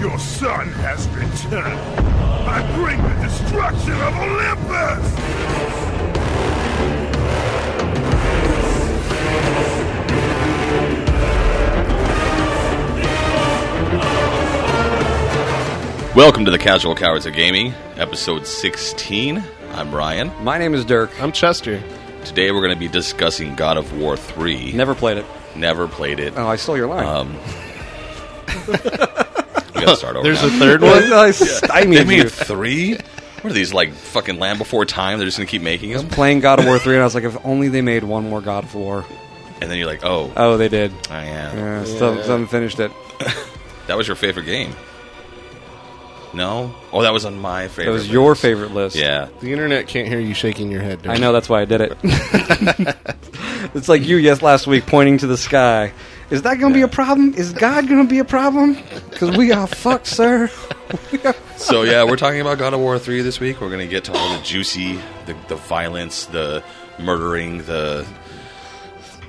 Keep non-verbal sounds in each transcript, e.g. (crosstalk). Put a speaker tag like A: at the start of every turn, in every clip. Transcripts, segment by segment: A: Your son has returned. I bring the destruction of Olympus!
B: Welcome to the Casual Cowards of Gaming, episode 16. I'm Ryan.
C: My name is Dirk.
D: I'm Chester.
B: Today we're going to be discussing God of War 3.
C: Never played it.
B: Never played it.
C: Oh, I stole your line. (laughs)
B: Um, we got to start over.
D: There's
B: now.
D: a third
C: Well,
D: one.
C: no, I stymied
B: They made
C: you.
B: three? What are these, like fucking Land Before Time? They're just going to keep making them?
C: Playing God of War 3, and I was like, if only they made one more God of War.
B: And then you're like, oh,
C: Oh, they did.
B: I am.
C: Yeah, Still, still haven't finished it.
B: That was your favorite game. No? Oh, that was on my favorite.
C: That was your
B: list.
C: favorite list.
B: Yeah.
D: (laughs) The internet can't hear you shaking your head.
C: I know that's why I
B: (laughs)
C: did it. (laughs) it's like you, yes, last week pointing to the sky. Is that going to be a problem? Is God going to be a problem? Because we are (laughs) fucked, sir.
B: So yeah, we're talking about God of War three this week. We're gonna get to all the juicy, the, the violence, the murdering, the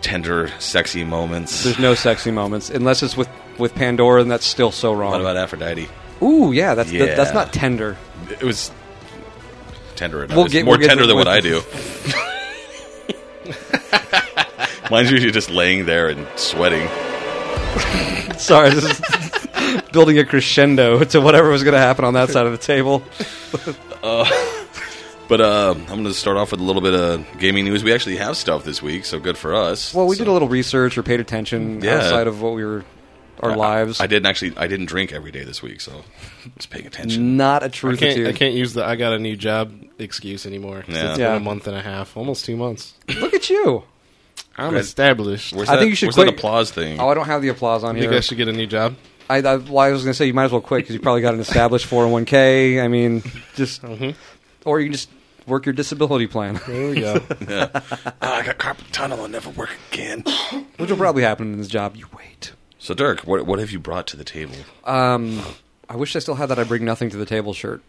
B: tender, sexy moments.
C: There's no sexy moments unless it's with with Pandora, and that's still so wrong.
B: what about Aphrodite?
C: Ooh, yeah, that's
B: Yeah.
C: that's not tender.
B: It was tender enough.
C: We'll
B: It's
C: get-
B: more
C: we'll get
B: tender
C: to-
B: than what
C: we'll-
B: I do.
C: (laughs)
B: Mine's usually just laying there and sweating.
C: Sorry, this is (laughs) building a crescendo to whatever was going to happen on that side of the table.
B: But uh, I'm going to start off with a little bit of gaming news. We actually have stuff this week, so good for us.
C: Well, we
B: So-
C: did a little research or paid attention
B: Yeah.
C: outside of what we were our
B: I-
C: lives.
B: I, didn't actually. I didn't drink every day this week, so (laughs) just paying attention.
C: not a
D: I
C: truth to
D: can't,
C: you.
D: I can't use the I got a new job excuse anymore. 'cause
B: Yeah.
D: It's
C: Yeah.
D: been a month and a half, almost two months.
C: Look at you.
D: I'm
B: Good.
D: established.
B: Where's
C: I
B: that-
C: think you should
B: where's
C: quit-
B: that applause thing.
C: Oh, I don't have the applause on
D: you
C: here.
D: think I should get a new job?
C: I, I, well, I was going to say you might as well quit because you probably got an established 401k. I mean, just
D: Mm-hmm.
C: or you can just work your disability plan, (laughs)
D: There (laughs) we go.
B: Ah, I got carpal tunnel. I'll never work again.
C: which will probably happen in this job. You wait.
B: so, Dirk, what what have you brought to the table?
C: Um, I wish I still had that. I bring nothing to the table shirt,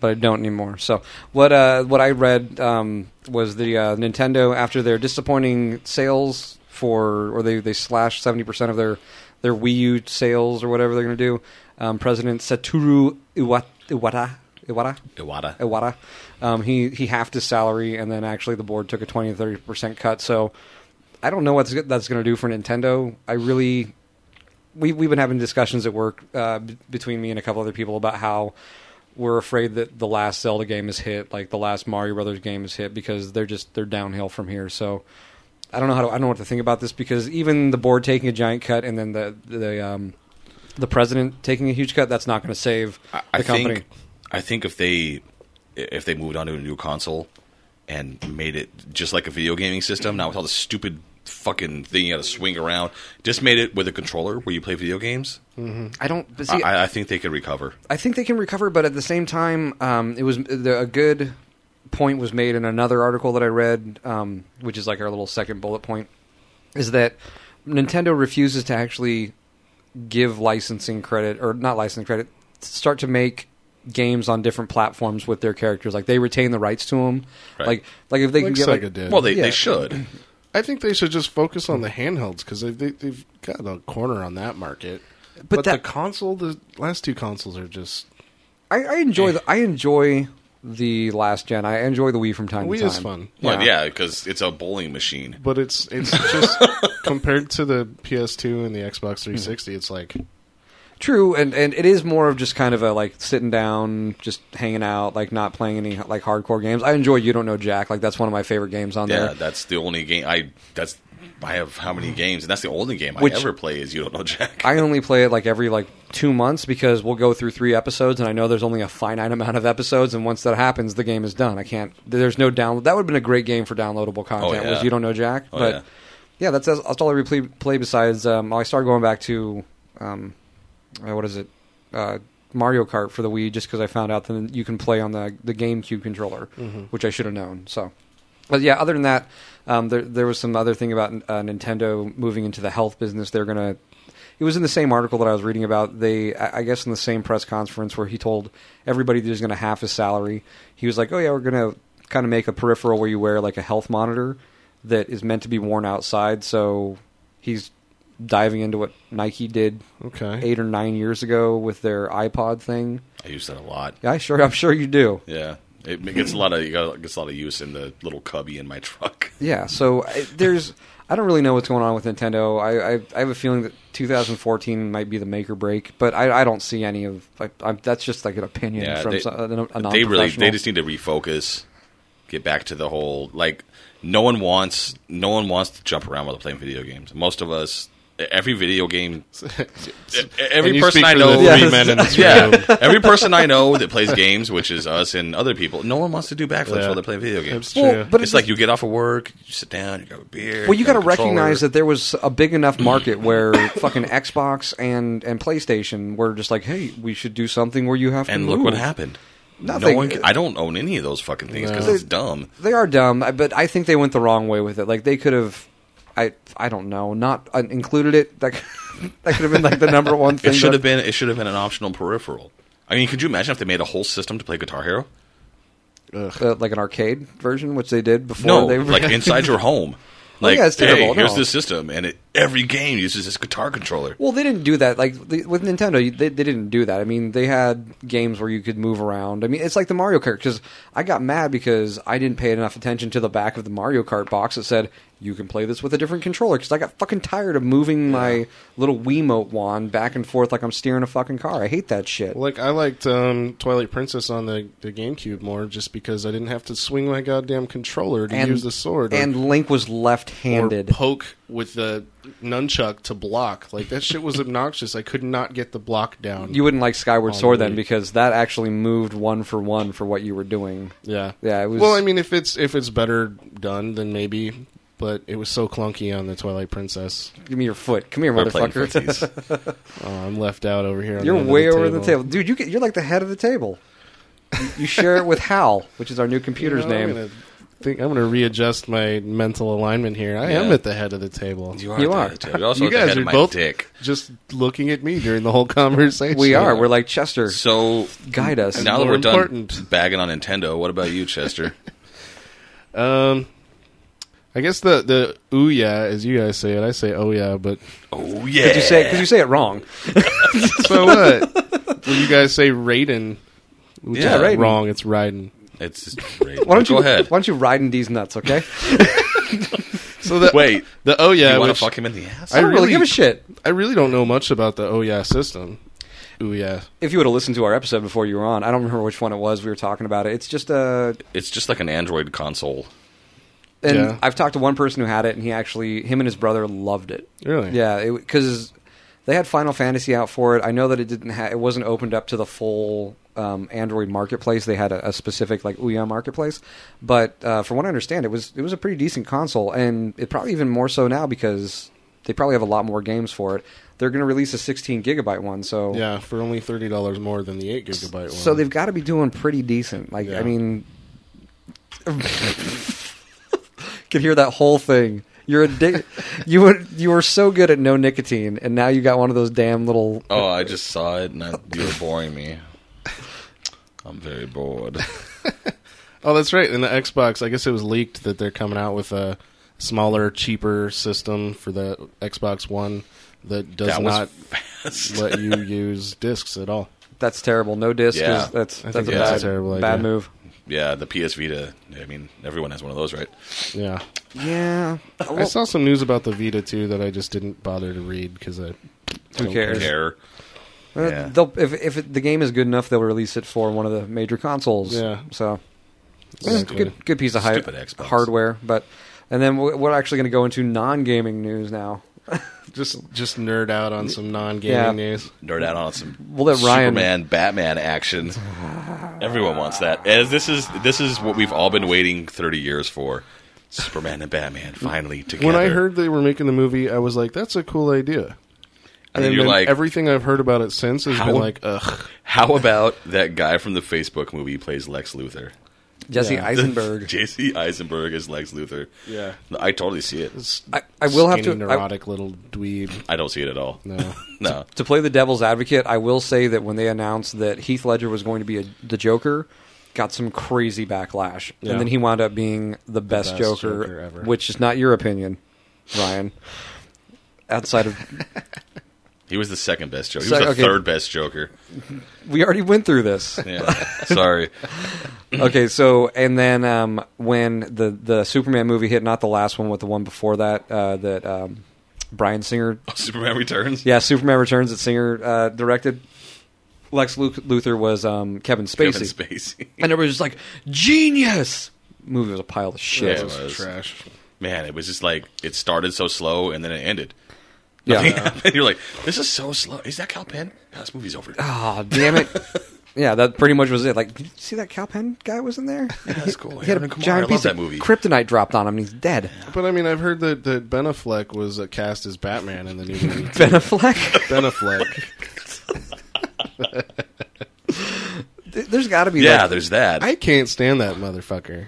C: but I don't anymore. So what? Uh, what I read um, was the uh, Nintendo after their disappointing sales for, or they they slashed seventy percent of their their Wii U sales or whatever they're going to do. Um, President Satoru Iwa- Iwata. Iwata.
B: Iwata.
C: Iwata. Um, he he halved his salary, and then actually the board took a twenty to thirty percent cut. So I don't know what that's going to do for Nintendo. I really we we've been having discussions at work uh, b- between me and a couple other people about how we're afraid that the last Zelda game is hit, like the last Mario Brothers game is hit, because they're just they're downhill from here. So. I don't know how to, I don't know what to think about this because even the board taking a giant cut and then the the um, the president taking a huge cut that's not going to save the
B: I
C: company.
B: think I think if they if they moved on to a new console and made it just like a video gaming system, not with all the stupid fucking thing you got to swing around, just made it with a controller where you play video games.
C: I don't. But see,
B: I, I think they could recover.
C: I think they can recover, but at the same time, um, it was the, a good point was made in another article that I read, um, which is like our little second bullet point, is that Nintendo refuses to actually give licensing credit or not licensing credit, start to make games on different platforms with their characters. Like they retain the rights to them.
B: Right.
C: Like like if they can
D: Like
C: get like,
D: Sega did.
B: Well, they,
C: Yeah.
B: they (clears throat) should.
D: I think they should just focus on the handhelds because they, they, they've got a corner on that market. But,
C: that-
D: the console, the last two consoles are just.
C: I, I
B: Eh.
C: enjoy the I enjoy the last gen. I enjoy the Wii from time
D: Wii
C: to time.
D: is fun.
B: Well, yeah, because it's a bowling machine.
D: But it's
B: (laughs)
D: it's just compared to the PS2 and the Xbox 360, it's like
C: True, and and it is more of just kind of a like sitting down, just hanging out, like not playing any like hardcore games. I enjoy You Don't Know Jack. Like that's one of my favorite games on
B: Yeah,
C: there.
B: that's the only game I. That's I have how many games, and that's the only game
C: Which-
B: I ever play is You Don't Know Jack.
C: I only play it like every like two months because we'll go through three episodes, and I know there's only a finite amount of episodes, and once that happens, the game is done. I can't. There's no download. That would have been a great game for downloadable content.
B: Oh, yeah.
C: Was You Don't Know Jack,
B: Oh,
C: but
B: yeah.
C: yeah, that's, that's all I really play, play besides. Um, I started going back to, um, uh, what is it, uh, Mario Kart for the Wii, just because I found out that you can play on the the GameCube controller, which I should have known. So. But yeah, other than that, um, there there was some other thing about uh, Nintendo moving into the health business. They're gonna. It was in the same article that I was reading about. They, I I guess, in the same press conference where he told everybody that he was going to half his salary. He was like, "Oh yeah, we're going to kind of make a peripheral where you wear like a health monitor that is meant to be worn outside." So he's diving into what Nike did
D: Okay.
C: eight or nine years ago with their iPod thing.
B: I use that a lot.
C: Yeah, I sure, I'm sure you do.
B: Yeah, it gets a lot of it gets a lot of use in the little cubby in my (laughs) truck.
C: Yeah, so I, there's I don't really know what's going on with Nintendo. I, I I have a feeling that 2014 might be the make or break, but I, I don't see any of like I'm, that's just like an opinion
B: Yeah,
C: from
B: they-
C: so- a, a non
B: they really they just need to refocus, get back to the whole like no one wants no one wants to jump around while they're playing video games. Most of us, every video game,
D: (laughs) And
B: every
D: you
B: person
D: speak
B: I
D: for the
B: know,
C: Yeah.
B: (laughs)
D: three men in this room.
B: yeah, every person I know that plays games, which is us and other people, no one wants to do backflips
D: Yeah.
B: while they're playing video games.
D: That's
C: Well,
D: true.
C: but
B: it's like you get off of work, you sit down, you grab a beer.
C: Well, you got
B: grab
C: to
B: a controller.
C: recognize that there was a big enough market
B: (coughs)
C: where fucking Xbox and and PlayStation were just like, hey, we should do something where you have to
B: And look what
C: move."
B: happened.
C: Nothing.
B: No one. ca- I don't own any of those fucking things because
D: No.
B: it's dumb.
C: They are dumb, I- but I think they went the wrong way with it. Like they could have, I I don't know, not uh, included it. That could- (laughs) that could have been like the number one thing.
B: It should
C: that-
B: have been. It should have been an optional peripheral. I mean, could you imagine if they made a whole system to play Guitar Hero?
D: Ugh.
C: uh, like an arcade version, which they did before.
B: No,
C: they (laughs)
B: like inside your home.
C: Well,
B: Like,
C: yeah, it's
B: hey,
C: terrible,
B: here's
C: no.
B: this system, and it, every game uses this guitar controller.
C: Well, they didn't do that. Like the, with Nintendo, you- they, they didn't do that. I mean, they had games where you could move around. I mean, it's like the Mario Kart because I got mad because I didn't pay enough attention to the back of the Mario Kart box that said you can play this with a different controller because I got fucking tired of moving my little Wiimote wand back and forth like I'm steering a fucking car. I hate that shit.
D: Like I liked um, Twilight Princess on the, the GameCube more, just because I didn't have to swing my goddamn controller to use the sword or,
C: and Link was
D: or
C: left-handed.
D: poke with the nunchuck to block. Like that shit was (laughs) obnoxious. I could not get the block down.
C: you wouldn't like Skyward Sword then
D: Alright.
C: because that actually moved one for one for what you were doing.
D: yeah,
C: Yeah, it was-
D: Well, I mean, if it's if it's better done, then maybe. But it was so clunky on the Twilight Princess.
C: Give me your foot. Come here,
B: We're playing
C: motherfucker.
B: footsies.
D: Oh, I'm left out over here.
C: (laughs)
D: On
C: You're
D: the end of
C: way over the
D: table.
C: table, dude. You get, you're like the head of the table. You, you share it with Hal, which is our new
D: You know,
C: computer's
D: I'm
C: name.
D: gonna think I'm going to readjust my mental alignment here. I am
B: Yeah.
D: at the head of the table.
B: You
C: You
B: are.
C: are.
B: at the head of the table. You're also
D: you
B: at the
D: guys
B: head
D: are
B: of my
D: both
B: dick.
D: just looking at me during the whole (laughs) conversation.
C: We are. We're like Chester.
B: So
C: Guide us.
B: now that
D: more
B: we're done
D: important.
B: bagging on Nintendo, what about you,
C: (laughs)
B: Chester?
D: Um, I guess the the ooh yeah, as you guys say it, I say oh
B: (laughs)
D: yeah, but
B: oh yeah.
C: Did you say? Because you say it wrong.
D: so what? Well, you guys say Raiden, which
B: Yeah,
D: is
C: Raiden.
D: wrong. It's Raiden.
B: It's
C: (laughs)
B: just great.
C: Why don't
B: go
C: you
B: ahead?
C: Why don't you ride in these nuts?
B: (laughs)
C: Okay.
D: So the
B: Wait,
D: the oh yeah,
B: you want to
D: which-
B: fuck him in the ass?
C: I don't really
D: really-
C: give a shit.
D: I really don't know much about the oh yeah system. Ooh yeah,
C: If you would have listened to our episode before you were on, I don't remember which one it was. We were talking about it. It's just a.
B: it's just like an Android console.
C: And
D: Yeah.
C: I've talked to one person who had it, and he actually, him and his brother loved it.
D: Really?
C: Yeah, because they had Final Fantasy out for it. I know that it didn't, ha- it wasn't opened up to the full um, Android marketplace. They had a, a specific like Ouya marketplace, but uh, from what I understand, it was it was a pretty decent console, and it probably even more so now because they probably have a lot more games for it. They're going to release a 16 gigabyte one, so
B: Oh.
D: yeah, for only thirty dollars more than the eight gigabyte one.
C: so they've got to be doing pretty decent. Like,
D: Yeah.
C: I mean, (laughs) can hear that whole thing. You're addic- you were you were so good at no nicotine, and now you got one of those damn little.
B: Oh, I just saw it, and I, (laughs) you're boring me. I'm very bored.
D: Oh, that's right. In the Xbox, I guess it was leaked that they're coming out with a smaller, cheaper system for the Xbox One that does
B: That was
D: not
B: fast.
D: let you use discs at all.
C: That's terrible. No disc.
B: Yeah.
C: Is, that's
D: I
C: that's a,
D: think
B: that's a
C: bad,
D: terrible
C: bad
D: idea.
C: move.
B: (laughs) Yeah, the PS Vita. I mean, everyone has one of those, right?
D: Yeah.
C: Yeah.
D: I saw some news about the Vita too that I just didn't bother to read because I
C: Who
D: don't
C: cares?
B: Care.
C: Uh,
B: Yeah.
C: They'll if if it, the game is good enough, they'll release it for one of the major consoles.
D: Yeah.
C: So Yeah,
D: Exactly.
C: good good piece of hi-
B: Stupid Xbox.
C: hardware, but and then we- we're actually going to go into non gaming news now.
D: Just just nerd out on some non-gaming
C: Yeah.
D: news.
B: Nerd out on some
C: We'll let Ryan-
B: Superman Batman action. Everyone wants that. As this is this is what we've all been waiting 30 years for. Superman and Batman finally together.
D: When I heard they were making the movie, I was like, "That's a cool idea."
B: and then you're
D: then
B: like,
D: everything I've heard about it since has
B: How-
D: been like, "Ugh."
B: how about that guy from the Facebook movie plays Lex Luthor?
C: Jesse
B: (laughs)
D: Yeah.
C: Eisenberg.
B: J.C. Eisenberg is Lex Luthor.
D: Yeah.
B: I totally see it.
C: I, I will have to
D: Skinny,
C: I,
D: neurotic little dweeb.
B: I don't see it at all.
D: No.
B: (laughs) no.
C: to play the devil's advocate. I will say that when they announced that Heath Ledger was going to be a, the Joker, got some crazy backlash,
D: Yeah.
C: and then he wound up being the best,
D: best
C: Joker,
D: Joker ever.
C: which is not your opinion, Ryan. outside of
B: He was the second best Joker. He
C: Sec-
B: was the
C: okay.
B: third best Joker.
C: we already went through this. (laughs)
B: Yeah. Sorry.
C: okay, so and then um, when the the Superman movie hit, not the last one, but the one before that, uh, that um, Brian Singer,
B: Superman Returns.
C: yeah, Superman Returns that Singer uh, directed. Lex Lu- Luthor was um, Kevin Spacey,
B: Kevin Spacey.
C: and everybody was just like genius. Movie was a pile of shit.
B: Yeah, it
C: Yeah,
B: was.
D: Trash.
B: Man, it was just like it started so slow and then it ended.
C: yeah.
B: (laughs) and you're like, this is so slow. Is that Cal Penn? No, this movie's over.
C: Oh, damn it. (laughs) yeah, that pretty much was it. Like, did you see that Cowpen guy was in there? Yeah,
B: that's (laughs) cool.
C: He had a
B: Aaron Kumar, I
C: giant
B: love
C: piece
B: that
C: of
B: movie.
C: kryptonite dropped on him, and he's dead.
D: But I mean, I've heard that, that Ben Affleck was uh, cast as Batman in the new movie. (laughs)
C: Ben Affleck. (laughs)
D: ben Affleck.
C: Th- There's got to be.
B: yeah,
C: like-
B: there's that.
D: I can't stand that motherfucker.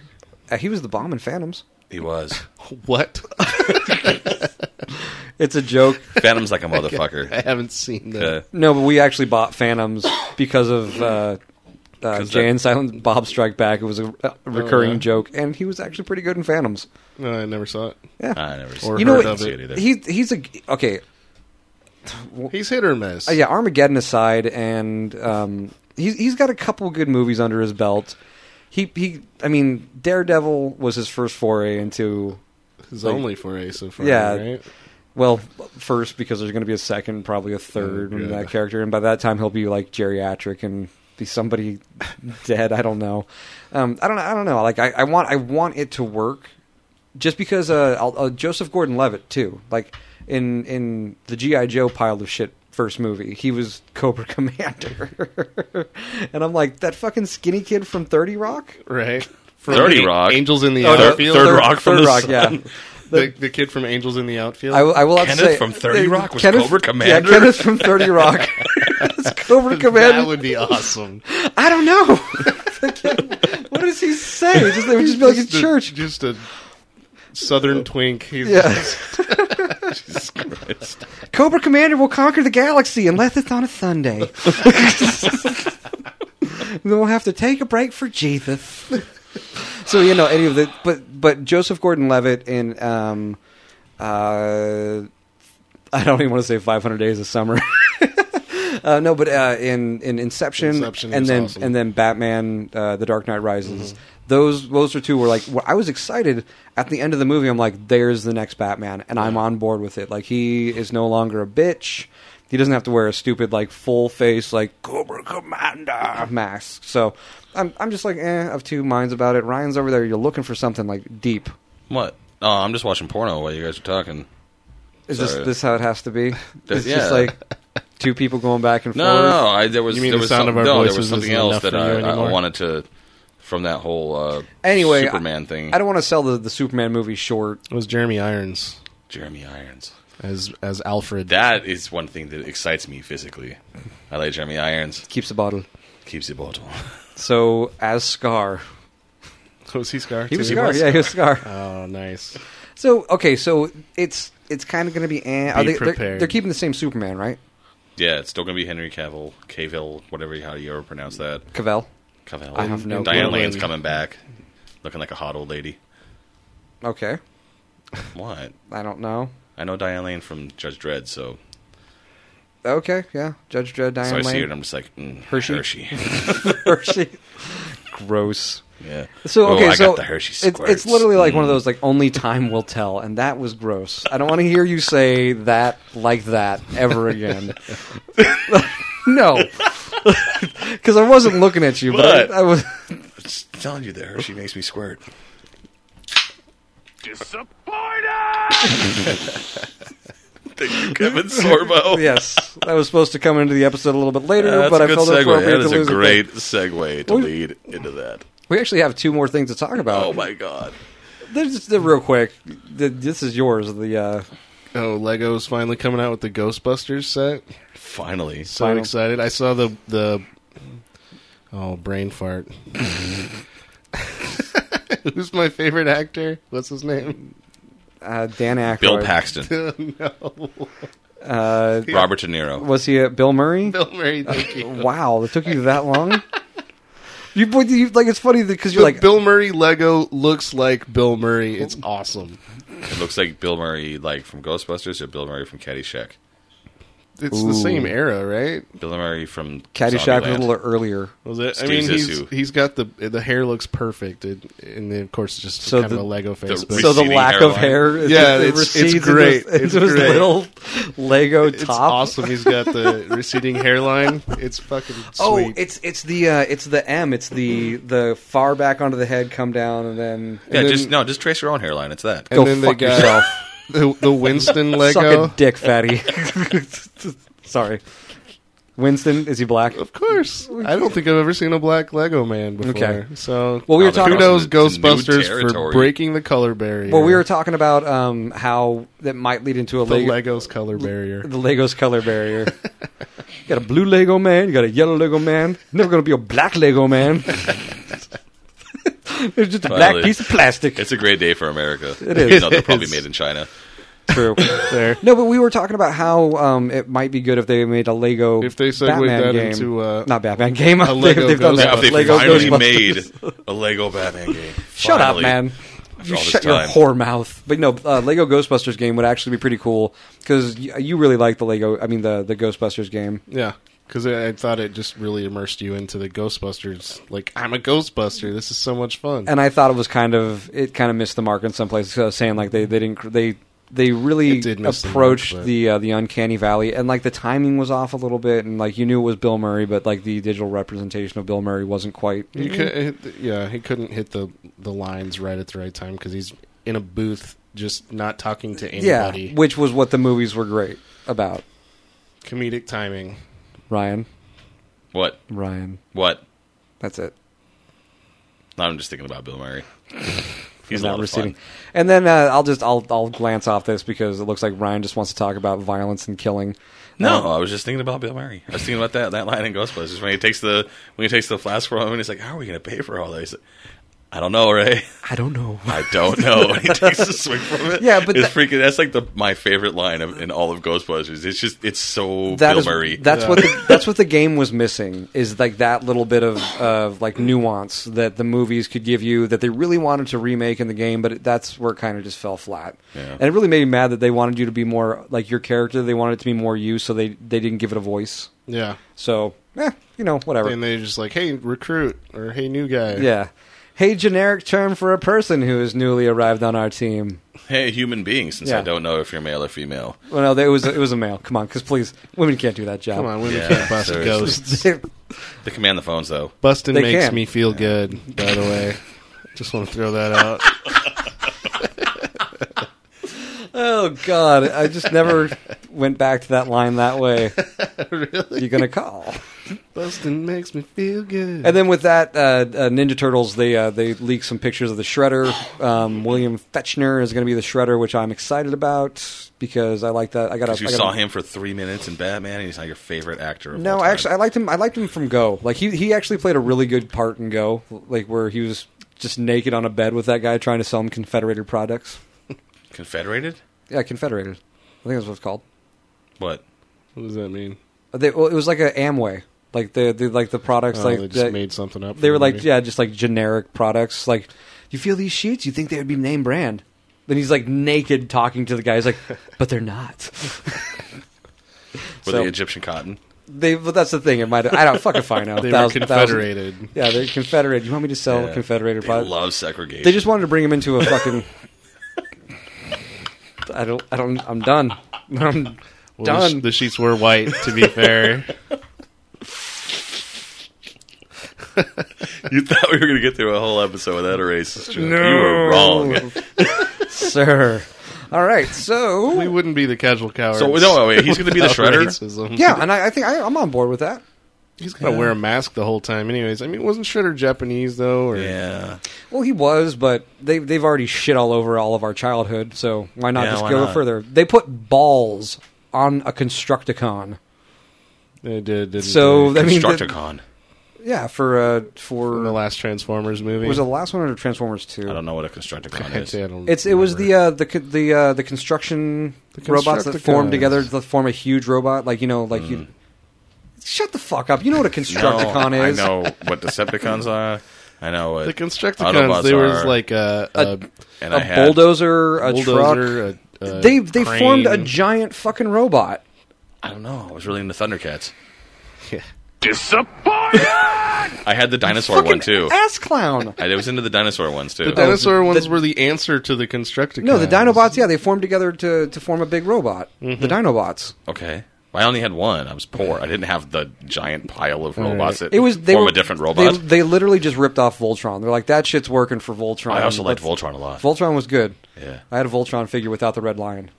C: uh, he was the bomb in Phantoms.
B: he was.
D: What?
C: It's a joke. (laughs)
B: Phantom's like a
D: (laughs) I
B: motherfucker.
D: haven't seen that.
B: Uh,
C: No, but we actually bought Phantoms because of uh, uh, Jay
B: that- Oh,
C: and Silent Bob Strike Back. It was a a recurring
D: yeah.
C: joke, and he was actually pretty good in Phantoms.
D: No, I never saw it.
C: Yeah,
B: I never
D: Or
B: seen
C: you know
D: heard
C: what?
D: of
B: see
D: it.
B: it either.
C: He he's a okay.
D: He's hit or miss.
C: Uh, yeah, Armageddon aside, and um, he's he's got a couple good movies under his belt. He he, I mean, Daredevil was his first foray into
D: His only foray so far.
C: Yeah.
D: Right?
C: well, first because there's going to be a second, probably a third,
D: Oh,
C: in
D: good.
C: that character, and by that time he'll be like geriatric and be somebody (laughs) dead. I don't know. Um, I don't. I don't know. Like I, I want. I want it to work, just because. Uh, I'll, uh, Joseph Gordon-Levitt too. Like in in the GI Joe pile of shit first movie, he was Cobra (laughs) Commander, (laughs) and I'm like that fucking skinny kid from Thirty Rock.
D: Right. From
B: Dirty
D: A-
B: Rock.
D: Angels in the
B: Oh, no,
D: Outfield.
B: Third Rock from
C: Third
B: the
C: Rock.
B: Sun.
C: Yeah.
B: (laughs)
D: The, the kid from Angels in the Outfield.
C: I, will- I will have to
B: Kenneth
C: say
B: from 30 Rock was Cobra Commander?
C: Yeah, Kenneth
B: (laughs)
C: from Thirty Rock. (laughs) It's Cobra Commander.
D: That would
C: (laughs)
D: be awesome.
C: I don't know. what does he say? Just, they would just be like in
D: Just a-
C: church.
D: Just a southern twink. He's
C: Yeah.
B: Jesus Christ.
C: Cobra Commander will conquer the galaxy unless it's on a Sunday. (laughs) then we'll have to take a break for Jesus. (laughs) so you know any of the but but Joseph Gordon-Levitt in um uh I don't even want to say 500 Days of Summer. (laughs) Uh, no, but uh, in in Inception,
D: Inception
C: and
D: is
C: then
D: awesome.
C: and then Batman, uh, The Dark Knight Rises. Those those are two were like where I was excited at the end of the movie. I'm like, there's the next Batman, and I'm on board with it. Like he is no longer a bitch. He doesn't have to wear a stupid like full face like Cobra Commander mask. So I'm I'm just like eh, of two minds about it. Ryan's over there. You're looking for something like deep.
B: What? Oh, I'm just watching porno while you guys are talking.
C: Is
B: Sorry.
C: this this how it has
B: (laughs)
C: to be? It's just
B: yeah.
C: like two people going back and
B: No,
C: forth.
B: no, no. I, there was
D: You mean
B: there
D: the
B: was
D: sound
B: some-
D: of our
B: no, there
D: voices
B: was something
D: isn't
B: else
D: enough
B: that
D: for you
B: I, I
D: anymore?
B: wanted to from that whole uh,
C: Anyway,
B: Superman thing.
C: I don't want to sell the, the Superman movie short.
D: It was Jeremy Irons
B: Jeremy Irons.
D: as as Alfred.
B: That is one thing that excites me physically. I like Jeremy Irons.
C: Keeps the bottle.
B: Keeps it bottle. (laughs)
C: So as Scar,
D: was he Scar?
C: he was
D: too?
C: Scar. Yeah, he was Scar.
D: Oh, nice.
C: So okay, so it's it's kind of going to be. Eh, are
D: Be
C: they, they're,
D: prepared.
C: they're keeping the same Superman, right?
B: Yeah, it's still gonna be Henry Cavill, Cavill, whatever how you ever pronounce that.
C: Cavell.
B: Cavill.
C: I have no
B: Diane
D: clue.
B: Lane's coming back, looking like a hot old lady.
C: Okay,
B: What?
C: I don't know.
B: I know Diane Lane from Judge Dredd, so
C: Okay, yeah. Judge Dredd, Diane
B: so I
C: Lane,
B: see her and I'm just like mm,
C: Hershey?
B: Hershey.
C: (laughs) Hershey. Gross.
B: yeah.
C: So
B: Oh,
C: okay,
B: I
C: so
B: got the Hershey
C: it's,
B: squirts. Mm.
C: it's literally like one of those like only time will tell, and that was gross. I don't want to hear you say that like that ever again. (laughs) no, (laughs) because I wasn't looking at you, but,
B: But-
C: I, I was.
B: I'm just telling you that Hershey makes me squirt. (laughs)
A: Disappointed!
B: Thank you, Kevin
C: (laughs)
B: Sorbo.
C: Yes, that was supposed to come into the episode a little bit later,
B: That's
C: but
B: a
C: I
B: good
C: felt
B: segue.
C: appropriate
B: That is
C: to
B: a
C: lose it.
B: great segue to
C: Well,
B: lead into that.
C: We actually have two more things to talk about.
B: Oh my god.
C: There's just the real quick. The, this is yours. The uh,
D: Oh, Lego's finally coming out with the Ghostbusters set.
B: Finally.
D: So
C: Final.
D: excited! I saw the the oh brain fart. (laughs) Who's my favorite actor? What's his name? (laughs)
C: uh, Dan Aykroyd.
B: Bill Paxton,
C: (laughs)
D: Oh, no,
C: Uh,
B: Robert De Niro.
C: was he uh, Bill Murray?
D: (laughs) Bill Murray. Thank you.
C: Wow, it took you that long. You, but you like it's funny because
D: The
C: you're like
D: Bill Murray Lego looks like Bill Murray. It's awesome.
B: It looks like Bill Murray, like from Ghostbusters, or Bill Murray from Caddyshack.
D: It's the same era, right?
B: Bill Murray from
C: Caddyshack was a
B: Zombieland.
C: little earlier.
D: Was it?
B: Steve
D: I mean, he's,
B: Zissou.
D: he's got the the hair looks perfect, it, and then of course it's just
C: So
D: kind
C: the-
D: of a Lego face. but-
C: So the
B: Receding
C: lack of
B: hairline.
C: hair, is
D: Yeah,
C: it,
D: it's- it's
C: recedes into
D: great.
C: his-
D: It's
C: into his
D: great.
C: little (laughs) Lego
D: it's
C: top.
D: awesome. He's got the receding hairline. It's fucking sweet.
C: Oh, it's it's the uh, it's the M. It's the the far back onto the head, come down, and then
B: Yeah,
D: and
B: just
D: then-
B: no, just trace your own hairline. It's that.
C: Go fuck (laughs) yourself.
D: the, the Winston Lego.
C: suck a dick, fatty. (laughs) Sorry, Winston. Is he black?
D: Of course, I don't think I've ever seen a black Lego man before.
C: Okay.
D: So
C: Well, we were
B: Oh, they're
C: talking.
B: crossing
D: kudos
B: it to new
D: Ghostbusters for
B: territory.
D: breaking the color barrier.
C: Well, we were talking about um, how that might lead into a
D: the
C: Lego,
D: Lego's color barrier.
C: the Lego's color barrier. you got a blue Lego man. You got a yellow Lego man. Never gonna be a black Lego man. (laughs) it's just a black
B: Finally.
C: piece of plastic.
B: It's a great day for
C: (laughs)
B: America. It
C: is.
B: Even though they're probably
D: It is.
B: made in China.
C: (laughs) True.
D: There,
C: No, but we were talking about how um, it might be good if they made a Lego.
D: If they segued
C: Batman
D: that
C: game.
D: into, uh,
C: not Batman game,
D: a
C: Lego (laughs)
D: Lego
C: they've done
B: Yeah,
D: Ghostbusters.
C: that.
B: if they
C: Lego
B: finally
C: Ghostbusters.
B: made a Lego Batman game.
C: Shut
B: Finally.
C: up, man!
B: After
C: You
B: all this
C: shut
B: time.
C: your whore mouth. But no, uh, Lego Ghostbusters game would actually be pretty cool because you, you really like the Lego. I mean, the the Ghostbusters game.
D: yeah. Because I I thought it just really immersed you into the Ghostbusters. Like I'm a Ghostbuster. This is so much fun.
C: and I thought it was kind of it kind of missed the mark in some places. 'cause I was saying like they they didn't they they really
D: It did miss the mark,
C: approached the
D: but-
C: uh, the uncanny valley and like the timing was off a little bit and like you knew it was Bill Murray but like the digital representation of Bill Murray wasn't quite
D: You could, uh, yeah, he couldn't hit the the lines right at the right time because he's in a booth, just not talking to
C: yeah
D: anybody.
C: which was what the movies were great about
D: Comedic timing.
C: Ryan
B: What?
C: Ryan
B: What?
C: that's it
B: No, I'm just thinking about Bill
C: (laughs)
B: Murray. He's
C: He's
B: a lot
C: not
B: of fun.
C: receding and then uh, I'll just I'll I'll glance off this because it looks like Ryan just wants to talk about violence and killing
B: No, I was just thinking about Bill Murray. I was thinking about that that line in Ghostbusters when he takes the when he takes the flask from him and he's like, "How are we going to pay for all this?" I don't know, Ray. (laughs)
C: I don't know
B: I don't know. (laughs) And he takes a swing from it.
C: Yeah, but
B: it's
C: that-
B: freaking. That's like the my favorite line of, in all of Ghostbusters. It's just it's so
C: That
B: Bill
C: is-
B: Murray.
C: That's what the, that's what the game was missing is like that little bit of of like nuance that the movies could give you that they really wanted to remake in the game, but it, that's where it kind of just fell flat.
B: Yeah.
C: And it really made me mad that they wanted you to be more like your character. They wanted it to be more you, so they they didn't give it a voice.
D: Yeah,
C: So, eh, you know, whatever.
D: and they're just like, "Hey, recruit," or "Hey, new guy."
C: yeah. Hey, generic term for a person who has newly arrived on our team.
B: hey, human being. Since
C: Yeah.
B: I don't know if you're male or female.
C: Well, no, it was it was a male. Come on, because please, women can't do that job.
D: Come on, women
B: Yeah,
D: can't bust
B: seriously.
D: ghosts.
C: (laughs)
B: They command the phones though.
D: Busting
C: They
D: makes
C: can.
D: me feel good. By the way, (laughs) just want to throw
C: (laughs)
D: that out.
C: Oh God! I just never went back to that line
B: (laughs)
C: that way. really? You're gonna call.
D: Busting makes me feel good.
C: And then with that, uh, uh, Ninja Turtles they uh, they leaked some pictures of the Shredder. Um, William Fetchner is going to be the Shredder, which I'm excited about because I like that. I got.
B: 'Cause you saw him for three minutes in Batman, and he's not your favorite actor. Of all
C: No,
B: time.
C: actually, I liked him. I liked him from Go. Like he he actually played a really good part in Go, like where he was just naked on a bed with that guy trying to sell him Confederated products.
B: Confederated.
C: Yeah, Confederated. I think that's what it's called.
B: What?
D: what does that mean?
C: They, well, it was like a Amway, like the, the like the products
D: Oh,
C: like
D: they just
C: that-
D: made something up.
C: they
D: for
C: were
D: the
C: like
D: movie.
C: yeah just like generic products like you feel these sheets you think they would be name brand then he's like naked talking to the guy he's
D: (laughs)
C: like but they're not (laughs)
B: Were
C: So-
B: they Egyptian cotton?
C: they well that's the thing it might i don't fuck if i know
D: (laughs) they were
C: Thousand- thousand-
D: confederated.
C: yeah they're confederated you want me to sell
B: Yeah.
C: confederated
B: They
C: products
B: love segregation.
C: they just wanted to bring him into a fucking i don't i don't i'm done (laughs) i'm
D: Well, the sh-
C: done
D: The sheets were white.
C: (laughs)
D: To be fair,
B: (laughs) You thought we were going to get through a whole episode without a racist joke. You were wrong.
D: (laughs)
C: sir all right so
D: we wouldn't be the casual cowards.
B: So no, wait, he's going to be the
D: without
B: shredder.
D: racism.
C: yeah and i, I think I, i'm on board with that
D: He's gonna wear a mask the whole time, anyways. I mean, wasn't Shredder Japanese though? Or
B: Yeah,
C: Well, he was, but they they've already shit all over all of our childhood, so why not
B: Yeah,
C: just
B: why
C: go
B: not?
C: further? They put balls on a Constructicon.
D: they did. Didn't
C: So
D: they?
C: that means that-
B: Constructicon.
C: yeah, for uh
D: in the
C: for
D: last Transformers movie,
C: was it the last one or Transformers two?
B: I don't know what a
D: (laughs)
B: Constructicon is.
D: I don't
C: It's it was the
D: remember.
C: uh, the co- the uh, the construction robots that form
D: Constructicons.
B: Hmm.
C: together to form a huge robot, like you know, like you. Shut the fuck up. You know what a Constructicon
B: No,
C: is.
B: I know what Decepticons are. I know what
D: The
B: Autobots
D: Constructicons, there was
B: are,
D: like a, a,
B: and I
C: A
B: had-
C: bulldozer, a truck.
D: bulldozer. a- a
C: they they
D: crane.
C: formed a giant fucking robot.
B: I don't know. I was really into Thundercats.
D: Yeah.
A: Disappointed!
B: I had the dinosaur
C: fucking
B: one too. (laughs)
C: ass clown.
B: I was into the dinosaur ones too.
D: The dinosaur ones were the answer to the Constructicons.
C: No, the Dinobots. Yeah, they formed together to to form a big robot.
B: Mm-hmm.
C: The Dinobots.
B: okay. I only had one. I was poor. I didn't have the giant pile of robots. That
C: It was they
B: form
C: were
B: a different
C: they-
B: robot.
C: They, literally just ripped off Voltron. They're like that shit's working for Voltron.
B: I also liked
C: Let's-
B: Voltron a lot.
C: Voltron was good.
B: Yeah.
C: I had a Voltron figure without the red lion.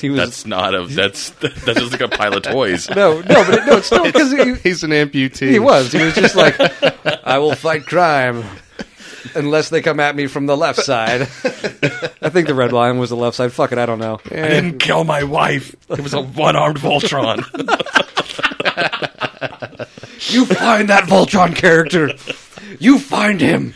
C: He was
B: That's not a. That's that's just like a pile of toys.
C: (laughs) no, no, but it, no,
B: (laughs)
C: it's still because he,
D: He's an amputee.
C: he was. He was just like, I will fight crime unless they come at me from the left
B: (laughs)
C: side. I think the red lion was the left side. Fuck it, I don't know.
B: I didn't kill my wife. It was a one-armed
C: (laughs)
B: Voltron.
C: You find that Voltron character. You find him.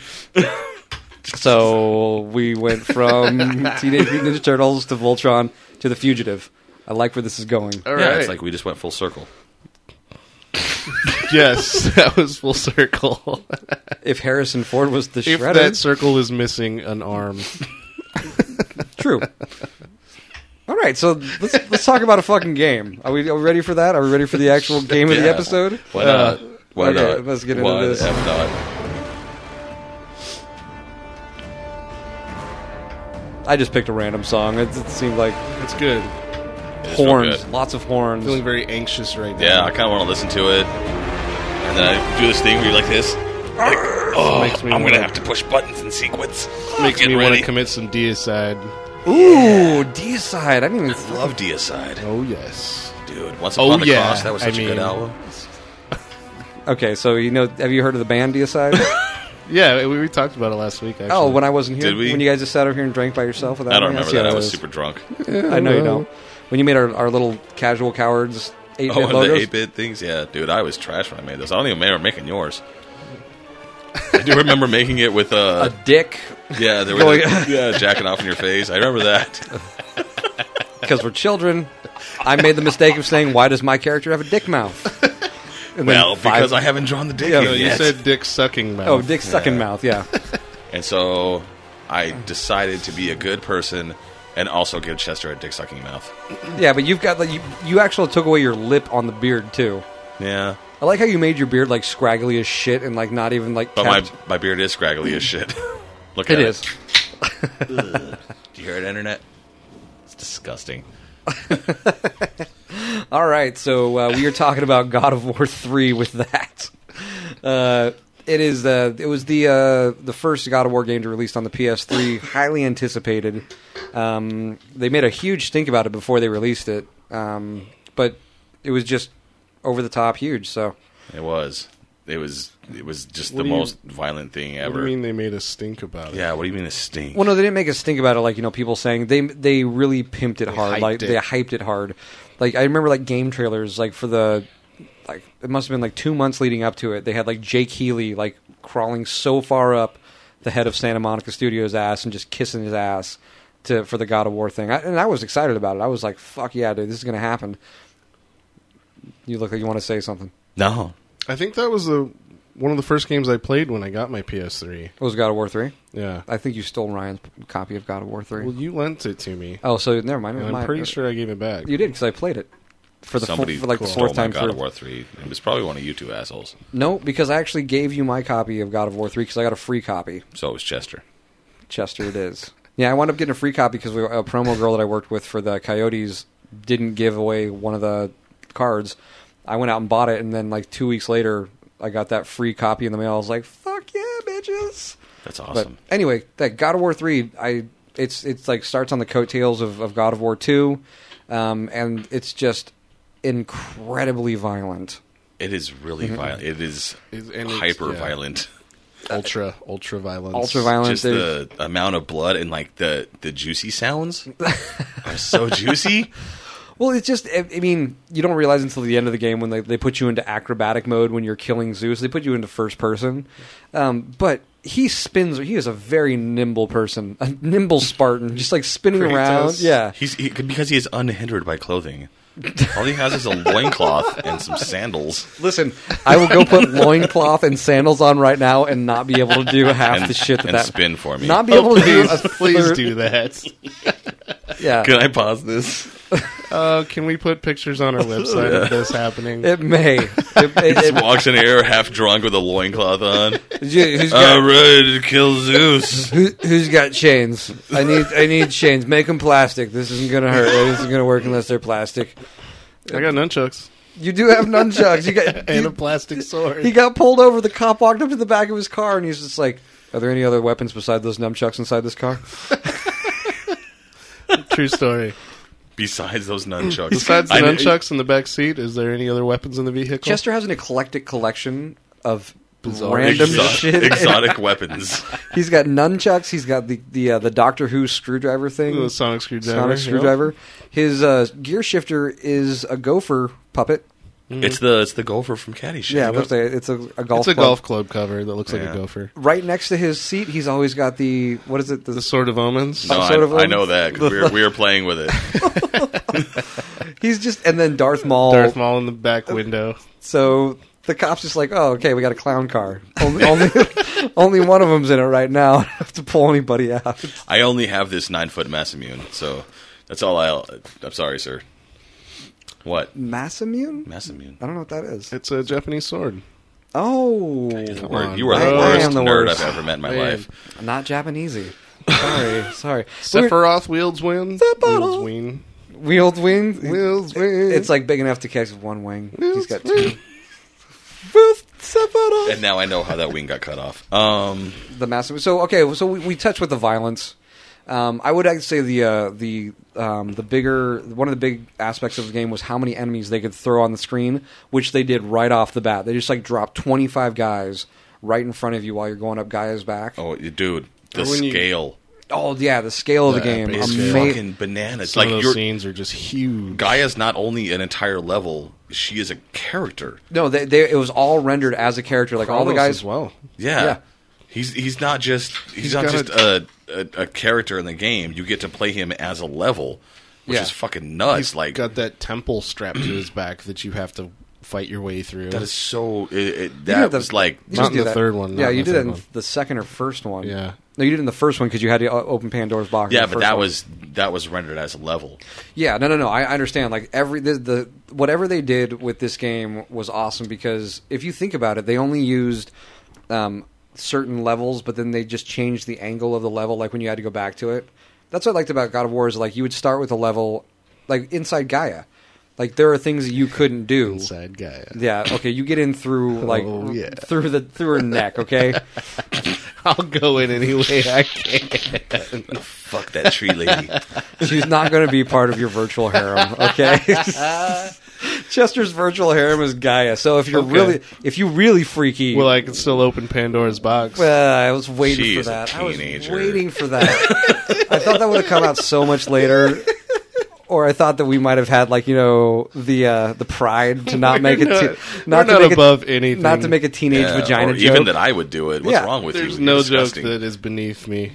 C: so we went from Teenage Mutant Ninja Turtles to Voltron to The Fugitive. I like where this is going.
D: All
B: Yeah,
D: right.
B: it's like we just went full circle.
D: (laughs) yes, that was full
C: (laughs)
D: circle.
C: If Harrison Ford was the
D: if
C: Shredder,
D: that circle was missing an arm,
C: true. All right, so let's let's talk about a fucking game. Are we, are we ready for that? Are we ready for the
B: (laughs)
C: actual game of the
B: Yeah.
C: episode?
B: Why not? Why
C: Uh, okay,
B: not?
C: let's get into
B: Why
C: this.
B: the F not?
C: I just picked a random song. It, it seemed like
D: it's good.
B: It is real
C: horns,
B: good.
C: lots of horns.
D: Feeling very anxious right now.
B: Yeah, I kind of want to listen to it, and then I do this thing where you're like this. Like, oh,
D: makes me
B: I'm gonna
D: wanna-
B: have to push buttons in sequence.
D: makes
B: Get
D: me want
B: ready.
D: to commit some deicide.
C: Ooh, Deicide. I didn't even.
B: Love Deicide,
D: Oh yes.
B: dude. Once
D: Oh,
B: upon the
D: yeah.
B: cross, that was
D: I
B: such a good
D: mean-
B: album.
C: Okay, so you know, have you heard of the band Deicide?
D: Yeah, we, we talked about it last week. Actually.
C: Oh, when I wasn't here,
B: Did we?
C: when you guys just sat over here and drank by yourself without
B: I don't
C: me?
B: remember
C: see
B: that.
C: how
B: I was
C: is.
B: super
C: (laughs)
B: drunk. (laughs)
C: I know you don't. When you made our, our little casual cowards eight bit
B: Oh, and the
C: logos,
B: eight bit things. Yeah, dude, I was trash when I made this. I don't even remember making yours. I do
C: (laughs)
B: remember making it with
C: a
B: uh,
C: dick (laughs)
B: yeah, there
C: Going-
B: was (laughs) yeah, jacking off in your face. I remember
C: (laughs)
B: that.
C: because we're children. I made the mistake of saying, "Why does my character have a dick mouth?" And then
B: Well, because
C: five-
B: I haven't drawn the dick
C: Yeah,
B: yet.
D: No, you said dick sucking mouth.
C: oh, dick sucking mouth. Yeah,
B: and so I decided to be a good person and also give Chester a dick sucking mouth.
C: yeah, but you've got like you, you actually took away your lip on the beard too.
B: Yeah,
C: I like how you made your beard like scraggly as shit and like not even like.
B: but
C: kept-
B: my my beard is scraggly as
C: (laughs)
B: shit. Look
C: it
B: at
C: is.
B: it. Do you hear it, internet? It's disgusting.
C: All right, so uh, we are talking about God of War three with that. Uh, it is uh, it was the uh, the first God of War game to release on the PS3, highly anticipated. Um, they made a huge stink about it before they released it, um, but it was just over the top huge. So
B: It was. It was. It was just
D: What
B: the
D: do you-
B: most violent thing
D: What
B: ever.
D: do you mean they made a stink about it?
B: Yeah, what do you mean a stink?
C: well, no, they didn't make a stink about it like you know people saying they they really pimped it hard,
D: hyped
C: like
D: it.
C: they hyped it hard. Like I remember like game trailers like for the like it must have been like two months leading up to it. They had like Jake Healy like crawling so far up the head of Santa Monica Studios' ass and just kissing his ass to for the God of War thing. I, and I was excited about it. I was like, "Fuck yeah, dude, this is gonna happen." You look like you want to say something.
B: No.
D: I think that was the one of the first games I played when I got my PS3.
C: It was God of War three.
D: Yeah.
C: I think you stole Ryan's copy of God of War three.
D: Well, you lent it to me,
C: oh, so never mind. it
D: and
C: was
D: I'm
C: my-
D: pretty sure I gave it back.
C: you did because I played it for the
B: Somebody
C: full, for like the
B: stole
C: fourth
B: my
C: time
B: God
C: through.
B: of War three. It was probably one of you two assholes.
C: No, because I actually gave you my copy of God of War three because I got a free copy.
B: So it was Chester.
C: Chester, it is. Yeah, I wound up getting a free copy because we, a promo girl that I worked with for the Coyotes didn't give away one of the cards. I went out and bought it, and then like two weeks later, I got that free copy in the mail. I was like, "Fuck yeah, bitches!"
B: That's awesome.
C: But anyway, that God of War three, I it's it's like starts on the coattails of, of God of War two, um, and it's just incredibly violent.
B: it is really
C: Mm-hmm.
B: violent. It is
D: It's- and it's-
B: hyper
D: yeah.
B: violent. (laughs)
D: ultra, ultra violence.
C: Ultra violent.
B: Just the amount of blood and like the the juicy
C: (laughs)
B: sounds are so juicy.
C: Well, it's just, I I mean, you don't realize until the end of the game when they, they put you into acrobatic mode when you're killing Zeus. They put you into first person. Um, but he spins, he is a very nimble person, a nimble Spartan, just like spinning around.
D: Kratos.
C: Yeah.
B: He's he, because he is unhindered by clothing. All he has is a loincloth and some sandals.
C: Listen, I will
B: (laughs)
C: go put loincloth and sandals on right now and not be able to do half
B: And-
C: the shit that
B: and
C: that
B: spin for me. Oh,
C: Not be able to do a
D: please, (laughs) please
C: third- (laughs)
D: do that.
C: Yeah,
B: Can I pause this?
D: Uh, can we put
C: (laughs)
D: pictures on our website of this happening?
C: it may. It, it,
B: Just walks in the air half drunk with a loincloth
C: (laughs)
B: on.
C: it, who's got
B: I'm ready to kill Zeus. (laughs)
C: Who, who's got chains? I need I need chains. Make them plastic. This isn't gonna hurt. This isn't gonna work unless they're plastic.
D: I got nunchucks
C: You do have nunchucks. You got
D: (laughs) and a
C: you,
D: plastic sword.
C: he got pulled over. The cop walked up to the back of his car and he's just like, "Are there any other weapons beside those nunchucks inside this car?"
D: True story.
B: Besides those nunchucks.
D: Besides the
B: I-
D: nunchucks in the back seat, is there any other weapons in the vehicle?
C: (laughs) Chester has an eclectic collection of
D: Bizarre.
C: random
B: exo- (laughs)
C: shit.
B: exotic weapons.
C: (laughs) He's got nunchucks. He's got the the uh, the Doctor Who screwdriver thing.
D: the sonic screwdriver.
C: Sonic
D: yeah.
C: screwdriver. His uh, gear shifter is a gopher puppet.
B: Mm. It's the it's the golfer from Caddyshack.
C: Yeah, it looks like it's a, a golf.
D: It's a
C: club.
D: golf club cover that looks like
B: Yeah.
D: a gopher.
C: right next to his seat, he's always got the what is it?
D: The
C: The,
D: sword of omens.
B: No,
C: some sort of
B: I, I
C: one?
B: know that 'cause we were, we were playing with it.
C: (laughs) he's just and then Darth Maul.
D: Darth Maul in the back
C: Uh,
D: window.
C: So the cops just like, oh, okay, we got a clown car. Only only, (laughs) only one of them's in it right now. (laughs) I don't have to pull anybody out.
B: I only have this nine foot Massimune, so that's all I'll. I'm sorry, sir. What
C: Mass immune?
B: Massimune?
C: I don't know what that is.
D: It's a Japanese sword.
C: Oh,
B: You're the
D: Come
B: wor-
D: on.
B: You are the
D: I- I
B: worst
C: am the
B: nerd
C: worst.
B: I've ever met in my
D: Man.
B: life.
C: not Japanesey.
D: (laughs)
C: Sorry, sorry.
D: Sephiroth wields win.
C: Sephiroth.
D: Wields ween.
C: We're- Wheeled wing.
D: Wheeled wing.
C: It's like big enough to catch with one wing. He's got two.
D: wing.
B: And now I know how that wing got cut off. Um,
C: the massive. So okay, so we, we touch with the violence. Um, I would actually say the uh, the um, the bigger one of the big aspects of the game was how many enemies they could throw on the screen, which they did right off the bat. They just like dropped twenty five guys right in front of you while you're going up guys back. Oh,
B: oh, you- dude, the
D: Or when you-
B: scale
C: yeah, the scale of the
D: The
C: game,
D: epic
B: is
D: Ama-
B: fucking bananas.
D: Some
B: like
D: of
B: your
D: those scenes are just huge.
B: Gaia's not only an entire level; she is a character.
C: No, they, they, it was all rendered as a character. Like all the
D: Kronos
C: guys,
D: as well.
B: Yeah.
C: Yeah.
B: He's he's not just he's,
D: He's
B: not
D: got
B: just a, a a character in the game. You get to play him as a level, which
C: Yeah.
B: is fucking nuts.
D: He's
B: like
D: got that temple strapped to his back that you have to fight your way through.
B: that is so it, it,
C: You
B: that
C: did
B: was like
C: you
D: Not
C: just
D: in
C: did
D: the
C: that.
D: third one, not
C: Yeah,
D: in
C: you
D: the
C: did it
D: third
C: in
D: one.
C: the second or first one.
D: Yeah.
C: no, you did it in the first one because you had to o- open Pandora's box. in
B: yeah,
C: the
B: but
C: first
B: that
C: one.
B: was that was rendered as a level.
C: Yeah, no, no, no. I I understand. Like every the, the whatever they did with this game was awesome because if you think about it, they only used um, certain levels, but then they just changed the angle of the level. Like when you had to go back to it, that's what I liked about God of War is like you would start with a level like inside Gaia. Like there are things that you couldn't do. (laughs)
D: inside Gaia.
C: Yeah. Okay. You get in through like
D: (laughs) Oh, yeah.
C: through the through her neck. Okay. (laughs)
D: I'll go in any way (laughs) I can.
B: Fuck that tree
C: (laughs)
B: lady. Uh,
C: She's not going to be part of your virtual harem,
D: (laughs)
C: okay? Chester's virtual harem is Gaia. So if you're
D: Okay.
C: really, if you really freaky,
D: (laughs) well, I can still open Pandora's box.
C: well, I was waiting
B: She
C: for
B: is a
C: that. I was
B: teenager.
C: waiting for that. I thought that would have come out so much later. Or I thought that we might have had like you know the uh, the pride to not make it
D: not-
C: to,
D: we're not
C: make
D: above
C: it,
D: anything.
C: not to make a teenage
B: Yeah,
C: vagina
B: or
C: joke.
B: Even that I would do it. What's
C: Yeah.
B: wrong with you?
D: There's
B: You're
D: no joke
B: disgusting.
D: that is beneath me.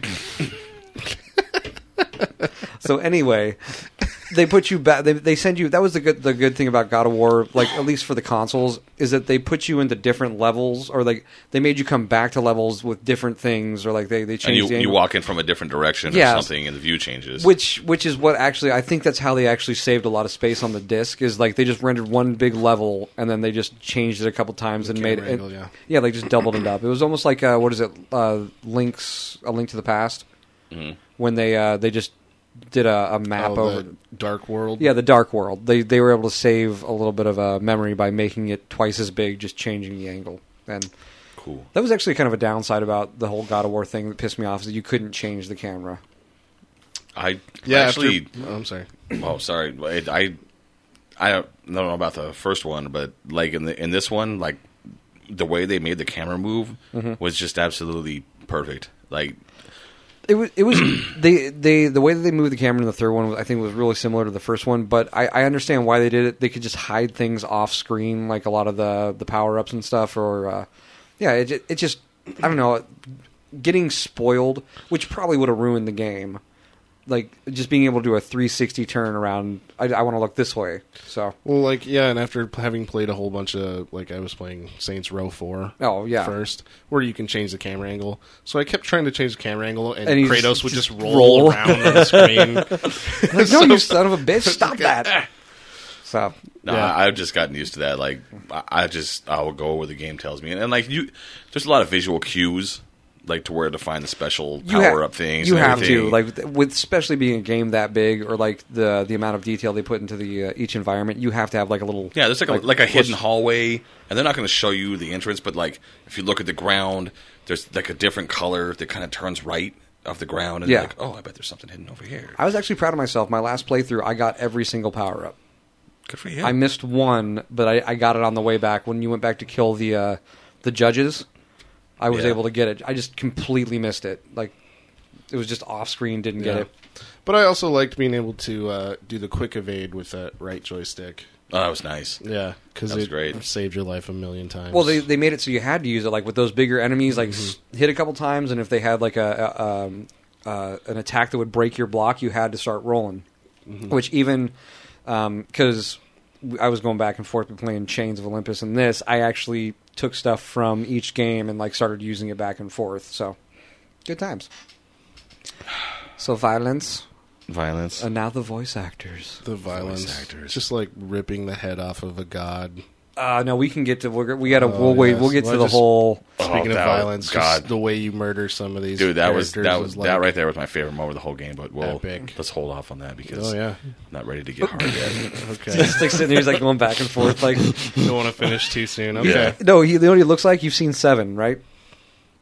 C: So anyway, they put you back. They, they send you. That was the good the good thing about God of War, like at least for the consoles, is that they put you into different levels, or like they made you come back to levels with different things, or like they they
B: And
C: changed
B: you,
C: the
B: you
C: angle.
B: walk in from a different direction
C: Yeah.
B: or something, and the view changes.
C: which which is what actually I think that's how they actually saved a lot of space on the disc is like they just rendered one big level and then they just changed it a couple times and made
D: camera
C: it
D: angle, yeah.
C: yeah like just doubled it up. It was almost like uh, what is it? Uh, links a link to the past
B: Mm-hmm.
C: when they uh, they just did a, a map
D: Oh,
C: over
D: the Dark World.
C: yeah, the Dark World. They they were able to save a little bit of a memory by making it twice as big, just changing the angle. And
B: cool.
C: that was actually kind of a downside about the whole God of War thing that pissed me off is that you couldn't change the camera.
B: I
D: Yeah, after-
B: actually.
D: oh, I'm sorry.
B: Oh, sorry. I, I I don't know about the first one, but like in the in this one, like the way they made the camera move
C: Mm-hmm.
B: was just absolutely perfect. Like
C: It was it was (clears throat) they they the way that they moved the camera in the third one was- I think was really similar to the first one, but I, I understand why they did it. They could just hide things off screen, like a lot of the the power ups and stuff, or uh, yeah, it ju- it just I don't know, getting spoiled, which probably would have ruined the game. like just being able to do a 360 turn around. I, I want to look this way. So
D: Well, like yeah, and after p- having played a whole bunch of like I was playing Saints Row Four.
C: Oh, yeah.
D: first where you can change the camera angle. So I kept trying to change the camera angle, and,
C: And you
D: Kratos
C: just-
D: would just,
C: just
D: roll,
C: roll.
D: around on the screen.
C: (laughs)
D: (laughs)
C: like, no, you son of a bitch, stop that. So
B: No,
D: Yeah.
B: I, I've just gotten used to that. Like, I, I just I will go where the game tells me, and, and, like you, there's a lot of visual cues, like to where to find the special
C: you
B: power
C: ha-
B: up things.
C: You
B: and
C: have
B: everything.
C: to like th- with especially being a game that big or like the the amount of detail they put into the uh, each environment. You have to have like a little
B: yeah, there's like a, like a hidden
C: push-
B: hallway, and they're not going to show you the entrance, but like if you look at the ground, there's like a different color that kind of turns right off the ground, and
C: Yeah.
B: like oh, I bet there's something hidden over here.
C: I was actually proud of myself. My last playthrough, I got every single power up.
B: Good for you.
C: I missed one, but I, I got it on the way back when you went back to kill the uh, the judges. I was
B: Yeah.
C: able to get it. I just completely missed it. Like it was just off screen, didn't get
D: Yeah.
C: it.
D: But I also liked being able to uh, do the quick evade with that right joystick.
B: oh, that was nice.
D: Yeah, because
B: That was
D: it
B: great.
D: saved your life a million times.
C: Well, they they made it so you had to use it. Like with those bigger enemies, like s hit a couple times, and if they had like a, a um, uh, an attack that would break your block, you had to start rolling. Which even because I was going back and forth between playing Chains of Olympus and this, I actually took stuff from each game and like started using it back and forth. So good times. So violence,
B: Violence.
C: and now the voice actors.
D: the violence,
B: actors.
D: just like ripping the head off of a god.
C: Uh, no, we can get to we're, we gotta we'll
D: Oh,
C: wait
D: yes.
C: we'll get
D: Well,
C: to
D: I
C: the
D: just-
C: whole
D: Speaking of
B: Oh, that-
D: violence,
B: God.
D: just the way you murder some of these
B: Dude, that was
D: characters
B: that was
D: is like,
B: that right there was my favorite moment of the whole game. But well,
D: Epic.
B: let's hold off on that because
D: Oh yeah,
B: I'm not ready to get hard yet.
D: (laughs)
B: (laughs)
D: okay.
C: He's like sitting there, he's like going back and forth, like.
D: Don't want to finish too soon. Okay,
C: No, he, you know what he looks like? You've seen Seven, right?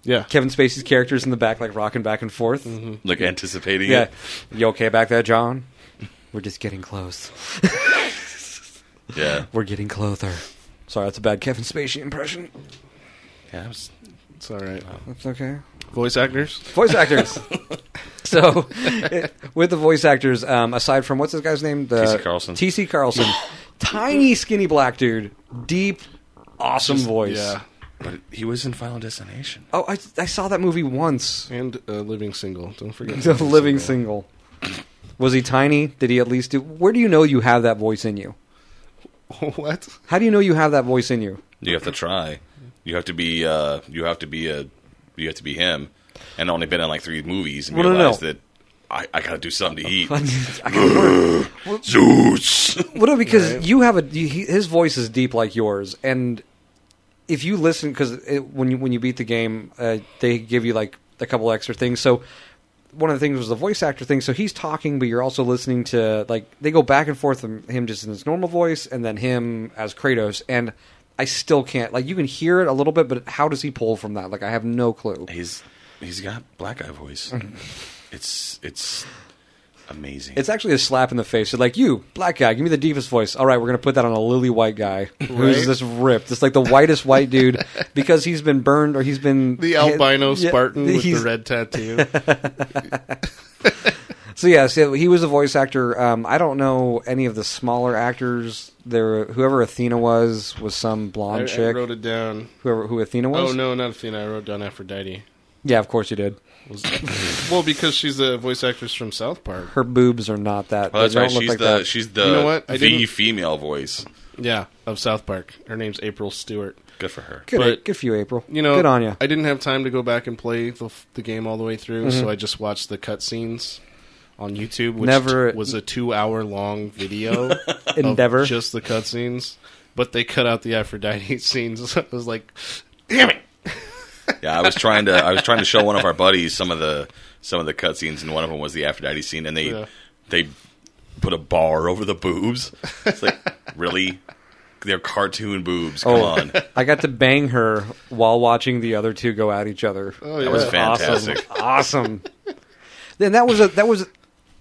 D: yeah.
C: Kevin Spacey's character's in the back, like rocking back and forth.
B: like anticipating
C: Yeah.
B: it.
C: You okay back there, John? We're just getting close.
B: Yeah,
C: We're getting closer. Sorry, that's a bad Kevin Spacey impression.
B: yeah. that was-
D: It's all right.
C: That's okay.
D: Voice actors.
C: Voice actors. so, it- with the voice actors, um, aside from what's this guy's name? The-
B: T.C. Carlson.
C: T.C. Carlson. Tiny, skinny black dude. Deep, awesome voice.
D: Yeah,
B: But he was in Final Destination.
C: Oh, I, I saw that movie once.
D: and uh, living single. Don't
C: (laughs)
D: forget (laughs)
C: The living single. Was he tiny? Did he at least do? Where do you know you have that voice in you?
D: (laughs) what?
C: How do you know you have that voice in you? (laughs)
B: You have to try. You have to be. Uh, you have to be a. You have to be him, and only been in like three movies and
C: Well, no, no,
B: realize
C: no.
B: that I, I got to do something to eat.
C: I can't work.
B: Zeus.
C: Well, no, because you have a he, his voice is deep like yours, and if you listen, because when you when you beat the game, uh, they give you like a couple extra things. So one of the things was the voice actor thing. So he's talking, but you're also listening to like they go back and forth from him just in his normal voice, and then him as Kratos. And I still can't like you can hear it a little bit, but how does he pull from that? Like I have no clue.
B: he's he's got black eye
C: (laughs)
B: voice. It's it's amazing.
C: It's actually a slap in the face. They're like, you, black guy, give me the deepest voice. All right, we're going to put that on a lily white guy who's
D: Right.
C: this ripped. It's like the whitest white
D: (laughs)
C: dude because he's been burned or he's been.
D: The albino
C: Yeah,
D: Spartan with the
C: he's-
D: red (laughs) tattoo.
C: So, yeah, so he was a voice actor. Um, I don't know any of the smaller actors. There, Whoever Athena was, was some
D: I,
C: blonde
D: I
C: chick.
D: wrote it down.
C: Whoever Who Athena was?
D: Oh no, not Athena. I wrote down Aphrodite.
C: Yeah, of course you did.
D: Was- well, because she's the voice actress from South Park.
C: Her boobs are not that.
B: oh, that's
C: they
B: right.
C: don't look
B: She's
C: like
B: the
C: that.
B: she's the
D: You know what? I
B: the
D: didn't-
B: female voice.
D: Yeah, of South Park. Her name's April Stewart.
B: Good for her.
C: Good,
D: but-
C: good for you, April.
D: You know,
C: good on you.
D: I didn't have time to go back and play the, f- the game all the way through,
C: Mm-hmm.
D: so I just watched the cutscenes on YouTube, which
C: Never-
D: t- was a
C: (laughs)
D: two-hour-long video. of
C: Endeavor.
D: just the cutscenes, but they cut out the Aphrodite (laughs) scenes. I was like, damn it!
B: Yeah, I was trying to I was trying to show one of our buddies some of the some of the cutscenes, and one of them was the Aphrodite scene, and they
D: Yeah.
B: they put a bar over the boobs. It's like really, they're cartoon boobs. Come
C: Oh.
B: on, that
C: I got to bang her while watching the other two go at each other.
D: Oh, yeah.
B: was fantastic.
C: Awesome. awesome. Then that was a that was (clears throat)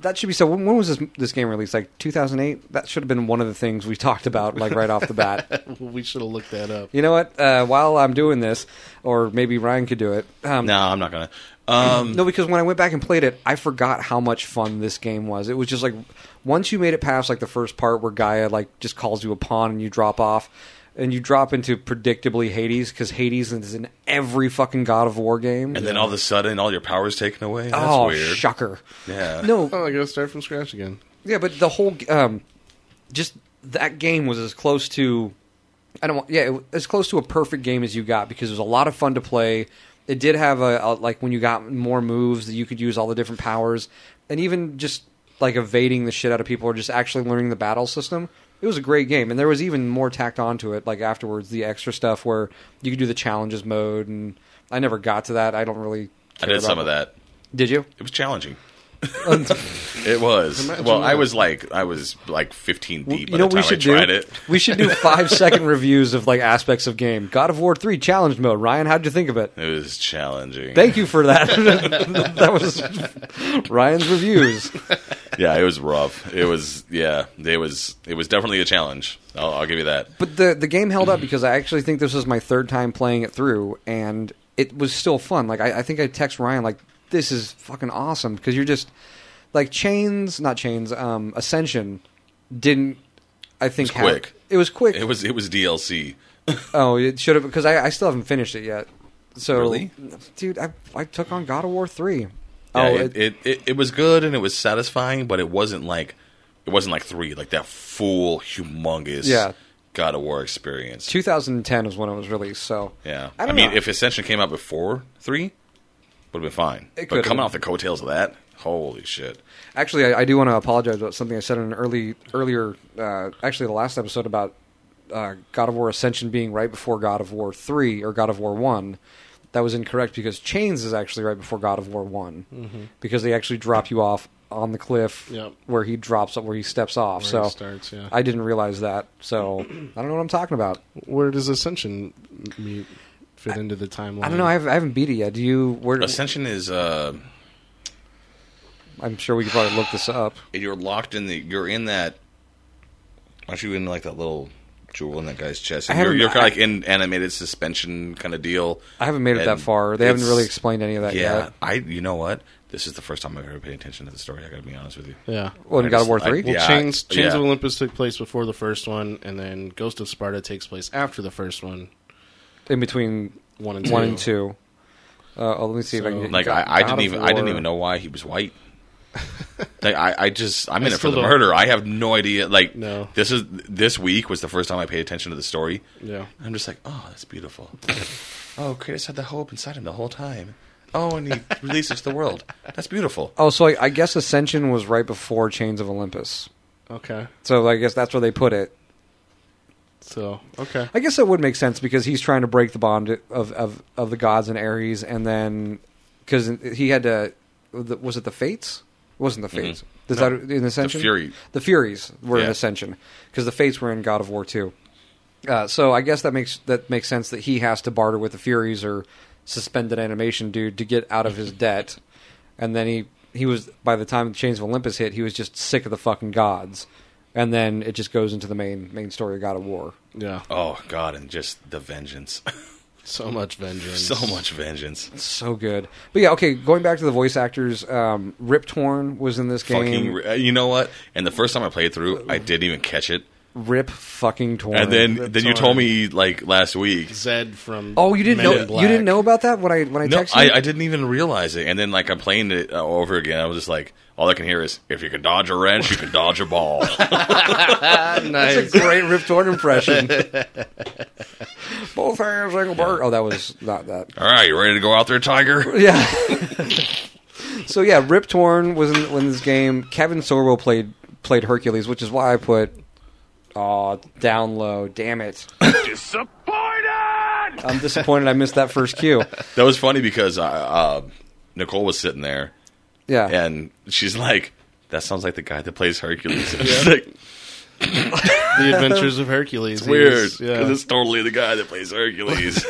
C: that should be so. When, when was this this game released? Like 2008. That should have been one of the things we talked about, like right off the
D: (laughs)
C: bat.
D: we should have looked that up.
C: You know what? Uh, while I'm doing this, or maybe Ryan could do it. Um,
B: No, I'm not gonna. Um,
C: No, because when I went back and played it, I forgot how much fun this game was. It was just like once you made it past like the first part where Gaia like just calls you a pawn and you drop off. and you drop into predictably Hades because Hades is in every fucking God of War game.
B: And then all of a sudden, all your power's taken away. That's
C: oh,
B: weird.
C: shocker!
B: Yeah.
C: No,
D: Oh, I gotta start from scratch again.
C: yeah, but the whole um, just that game was as close to I don't want yeah it, was as close to a perfect game as you got because it was a lot of fun to play. It did have a, a like when you got more moves that you could use all the different powers and even just like evading the shit out of people or just actually learning the battle system. It was a great game and there was even more tacked onto it like afterwards the extra stuff where you could do the challenges mode and I never got to that. I don't really.
B: I
C: Care
B: did
C: about
B: some of that.
C: Did you?
B: It was
C: (laughs)
B: challenging. It was. well, I
D: that.
B: was like I was like 15 deep by
C: you know
B: the
C: what we
B: time I
C: should
B: tried
C: do?
B: it.
C: We
B: (laughs)
C: should do five second reviews of like aspects of game. God of War three challenge mode. Ryan, how'd you think of it?
B: It was challenging.
C: Thank you for that. (laughs) that was Ryan's reviews.
B: yeah, it was rough. It was yeah, it was it was definitely a challenge. I'll, I'll give you that.
C: But the the game held up because I actually think this was my third time playing it through, and it was still fun. Like I, I think I text Ryan like, "This is fucking awesome" because you're just like chains, not chains. Um, Ascension didn't. I think
B: It was
C: have-
B: quick.
C: It was quick.
B: It was it was DLC.
C: Oh, it should have because I, I still haven't finished it yet. So,
B: Really?
C: dude, I I took on God of War three.
B: Yeah,
C: oh,
B: it,
C: it,
B: it, it it was good and it was satisfying, but it wasn't like it wasn't like three like that full humongous
C: Yeah.
B: God of War experience.
C: 2010 was when it was released. So
B: yeah,
C: I
B: I,
C: don't
B: mean,
C: know.
B: if Ascension came out before three, would have been fine.
C: It
B: but
C: could've
B: coming
C: been.
B: off the coattails of that, holy shit!
C: actually, I, I do want to apologize about something I said in an early earlier uh, actually the last episode about uh, God of War Ascension being right before God of War three or God of War one. That was incorrect because Chains is actually right before God of War one because they actually drop you off on the cliff
D: Mm-hmm. Yep.
C: where he drops where he steps off.
D: Where
C: so
D: he starts, yeah.
C: I didn't realize that. So I don't know what I'm talking about.
D: Where does Ascension meet, fit into the timeline?
C: I don't know. I haven't, I haven't beat it yet. Do you? Where?
B: Ascension is uh,
C: I'm sure we could probably look this up.
B: you're locked in the you're in that. Aren't you in like that little jewel in that guy's chest?
C: I
B: And you're
C: haven't-
B: you're kind
C: I-
B: of like in animated suspension kind of deal.
C: I haven't made it that
B: And
C: far. They haven't
B: it's-
C: really explained any of that
B: Yeah,
C: yet.
B: I. You know what? This is the first time I've ever paid attention to the story. I got to be honest with you.
D: Yeah.
C: Well, in
B: I
C: God of
B: just-
C: War
B: I-
C: three.
B: yeah.
D: Chains, Chains
B: yeah.
D: of Olympus took place before the first one, and then Ghost of Sparta takes place after the first one.
C: in between
D: One and
C: one
D: two.
C: and two. Uh, oh, let me see if I can
D: So-
C: get
B: Like
C: God-
B: I, I
C: God
B: didn't
C: of
B: even. I didn't
C: War.
B: even know why he was
C: (laughs)
B: white. like I, I just. I'm in
D: I
B: it for
D: still
B: the
D: don't-
B: murder. I have no idea. Like
D: No.
B: This is this week was the first time I paid attention to the story.
D: Yeah.
B: I'm just like, oh, that's beautiful. oh, Kratos had the hope inside him the whole time. Oh, and (laughs) he releases the world. That's beautiful.
C: Oh, so I, I guess Ascension was right before Chains of Olympus.
D: Okay.
C: So I guess that's where they put it.
D: So, okay.
C: I guess that would make sense because he's trying to break the bond of of, of the gods and Ares, and then because he had to was it the Fates? It wasn't the Fates? Does
B: Mm-hmm. No.
C: that in Ascension?
B: Fury.
C: The Furies were in
B: Yeah.
C: Ascension because the Fates were in God of War too. Uh, so I guess that makes that makes sense that he has to barter with the Furies or suspended animation dude to get out
B: (laughs)
C: of his debt, and then he he was by the time the Chains of Olympus hit, he was just sick of the fucking gods, and then it just goes into the main main story of God of War.
D: Yeah.
B: Oh God, and just the vengeance. (laughs)
D: So much vengeance.
B: so much vengeance.
C: so good. But yeah, okay. Going back to the voice actors, um, Rip Torn was in this game.
B: Fucking. uh, You know what? And the first time I played through, I didn't even catch it.
C: Rip fucking Torn.
B: And then
D: Rip
B: then you
D: Torn.
B: told me like last week.
D: Zed from.
C: oh, you didn't
D: Men in
C: know you didn't
D: Black.
C: know about that when I when I
B: No,
C: texted.
B: I,
C: you?
B: I didn't even realize it. And then like I'm playing it uh, over again. I was just like, all I can hear is if you can dodge a wrench, you can dodge a (laughs) ball.
C: That's a great Rip
B: (laughs)
C: Torn impression. Both hands, Engelbert. Oh, that was not that.
B: all right, you ready to go out there, Tiger?
C: Yeah. (laughs) so yeah, Rip Torn was in, in this game. Kevin Sorbo played played Hercules, which is why I put. Aw, down low. Damn it.
A: Disappointed!
C: I'm disappointed I missed that first cue.
B: That was funny because uh, uh, Nicole was sitting there
C: Yeah.
B: and she's like, "That sounds like the guy that plays Hercules." And (laughs) she's like,
D: The Adventures of Hercules. He
B: "Weird,
D: was-
B: 'cause it's totally the guy that plays
C: (laughs)
B: Hercules."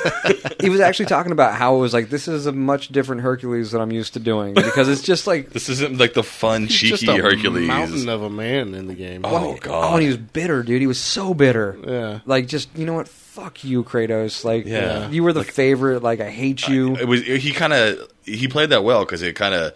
C: he was actually talking about how it was like this is a much different Hercules that I'm used to doing because it's just like
B: this isn't like the fun,
D: He's
B: cheeky
D: just a
B: Hercules.
D: mountain of a man in the game.
B: (laughs) Oh
C: oh, and he
B: god,
C: was bitter, dude. He was so bitter.
D: Yeah.
C: like just you know what? Fuck you, Kratos. Like
B: Yeah.
C: you were the favorite. Like I hate you.
B: it was. He kind of he played that well because it kind of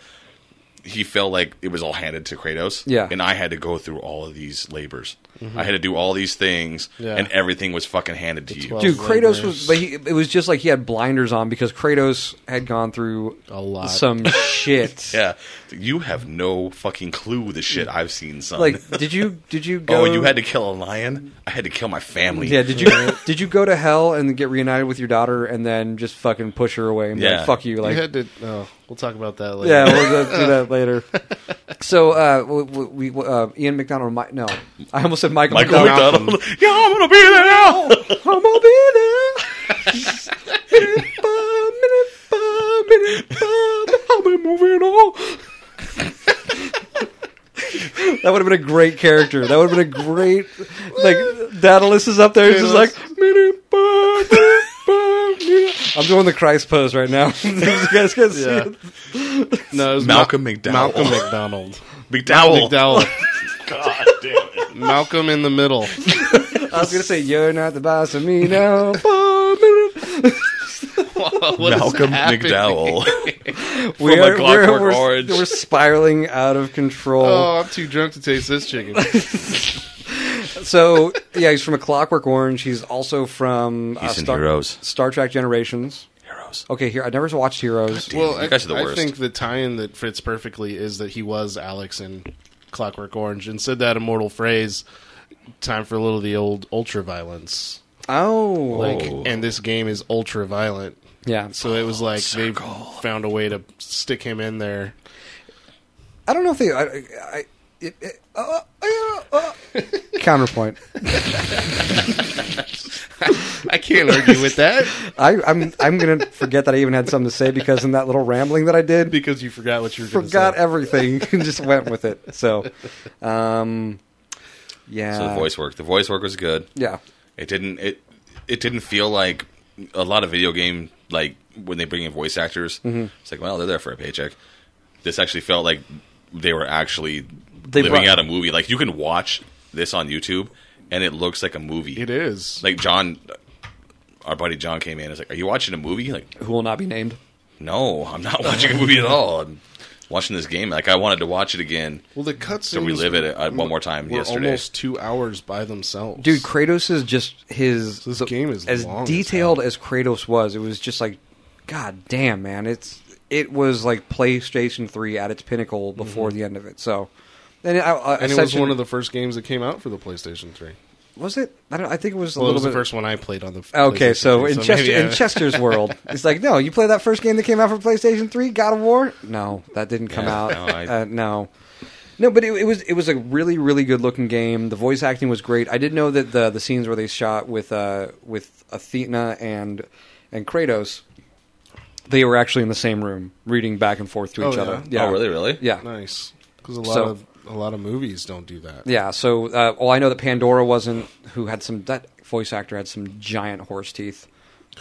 B: he felt like it was all handed to Kratos.
C: Yeah. Mm-hmm.
B: and I had to go through all of these labors. I had to do all these things,
D: Yeah.
B: and everything was fucking handed to you.
D: 12
C: Dude, Kratos
D: labors.
C: was, but he, it was just like he had blinders on because Kratos had gone through
D: A
B: (laughs)
D: lot.
C: some shit.
B: Yeah, you have no fucking clue the shit I've seen. Son,
C: Like, did you did you go?
B: oh, you had to kill a lion. I had to kill my family.
C: Yeah, did you did you go to hell and get reunited with your daughter and then just fucking push her away and be
B: Yeah.
C: like, fuck you, like
D: you had to. Oh, we'll talk about that later.
C: yeah, we'll go do that later. So uh, w- w- we, w uh, Ian McDonald, Mi- no, I almost said Michael,
B: Michael
C: McDonald.
B: McDonald.
D: (laughs)
B: yeah, I'm gonna be there.
C: I'm gonna be there. Minute by minute by minute by minute. I'll be moving on. That would have been a great character. That would have been a great like Daedalus is up there, he's just like minute by minute by minute. I'm doing the Christ pose right now. you guys can see
D: (laughs) Yeah.
C: it.
D: No, it was
B: Malcolm
D: Ma-
B: McDowell.
C: (laughs)
D: Malcolm McDonald.
C: Oh.
B: McDowell.
A: (laughs)
D: McDowell.
A: God damn it.
D: Malcolm in the middle.
C: I was gonna say you're not the boss of
B: (laughs)
C: me now. By minute.
B: Malcolm
D: (laughs)
B: McDowell.
C: We
B: From A Clockwork
C: we're,
B: Orange.
C: we're spiraling out of control.
D: Oh, I'm too drunk to taste this chicken.
C: So yeah, he's from A Clockwork Orange. He's also from uh,
B: He's in
C: Star,
B: Heroes.
C: Star Trek Generations.
B: Heroes.
C: Okay, here I never watched Heroes.
B: damn.
D: Well,
B: You
D: I,
B: guys are the
D: I
B: worst.
D: think the tie-in that fits perfectly is that he was Alex in Clockwork Orange and said that immortal phrase. Time for a little of the old ultra violence.
C: Oh,
D: Like,
B: Oh.
D: and this game is ultra violent.
C: yeah.
D: So it was like they
B: Circle.
D: found a way to stick him in there.
B: (laughs)
C: I don't know if they. I, I, it, it, uh, uh, uh. Counterpoint.
D: I can't argue with that
C: I, I'm I'm gonna forget that I even had something to say because in that little rambling that I did,
D: because you forgot what you were going to say.
C: forgot (laughs) everything and just went with it. So, um, yeah.
B: So the voice work. The voice work was good.
C: Yeah.
B: It didn't it it didn't feel like a lot of video game like when they bring in voice actors.
D: Mm-hmm.
B: It's like, well, they're there for a paycheck. This actually felt like they were actually living
C: brought-
B: out a movie. Like you can watch this on YouTube and it looks like a movie.
D: It is.
B: Like John our buddy John came in and was like, "Are you watching a movie?" Like,
C: Who will not be named?
B: "No, I'm not (laughs) watching a movie at all. I'm watching this game. Like I wanted to watch it again."
D: well, the cutscenes
B: So relive it uh, one more time
D: were
B: yesterday.
D: almost two hours by themselves,
C: Dude, Kratos is just his.
D: This game is
C: as
D: long as
C: detailed as, Kratos was. It was just like, god damn, man! It's it was like PlayStation Three at its pinnacle before the end of it. So, and, I, uh, I,
D: Mm-hmm. And it was one of the first games that came out for the PlayStation 3.
C: was it? I don't. I think it was a
D: Well, it
C: little
D: was the
C: bit.
D: first one I played on the. f-
C: Okay,
D: PlayStation
C: so
D: 3,
C: in,
D: maybe uh,
C: Chester,
D: I-
C: in Chester's world, it's like, no, you play that first game that came out for PlayStation Three, God of War. No, that didn't come
B: Yeah,
C: out.
B: no, I-
C: uh, no, no, but it, it was it was a really really good looking game. The voice acting was great. I did know that the the scenes where they shot with uh, with Athena and and Kratos, they were actually in the same room reading back and forth to
D: Oh,
C: each
D: yeah?
C: other.
B: Oh, really? Really?
C: Yeah.
D: nice because a lot
C: So-
D: of a lot of movies don't do that. (laughs)
C: Yeah. So, uh, well, I know that Pandora wasn't who had some that voice actor had some giant horse teeth.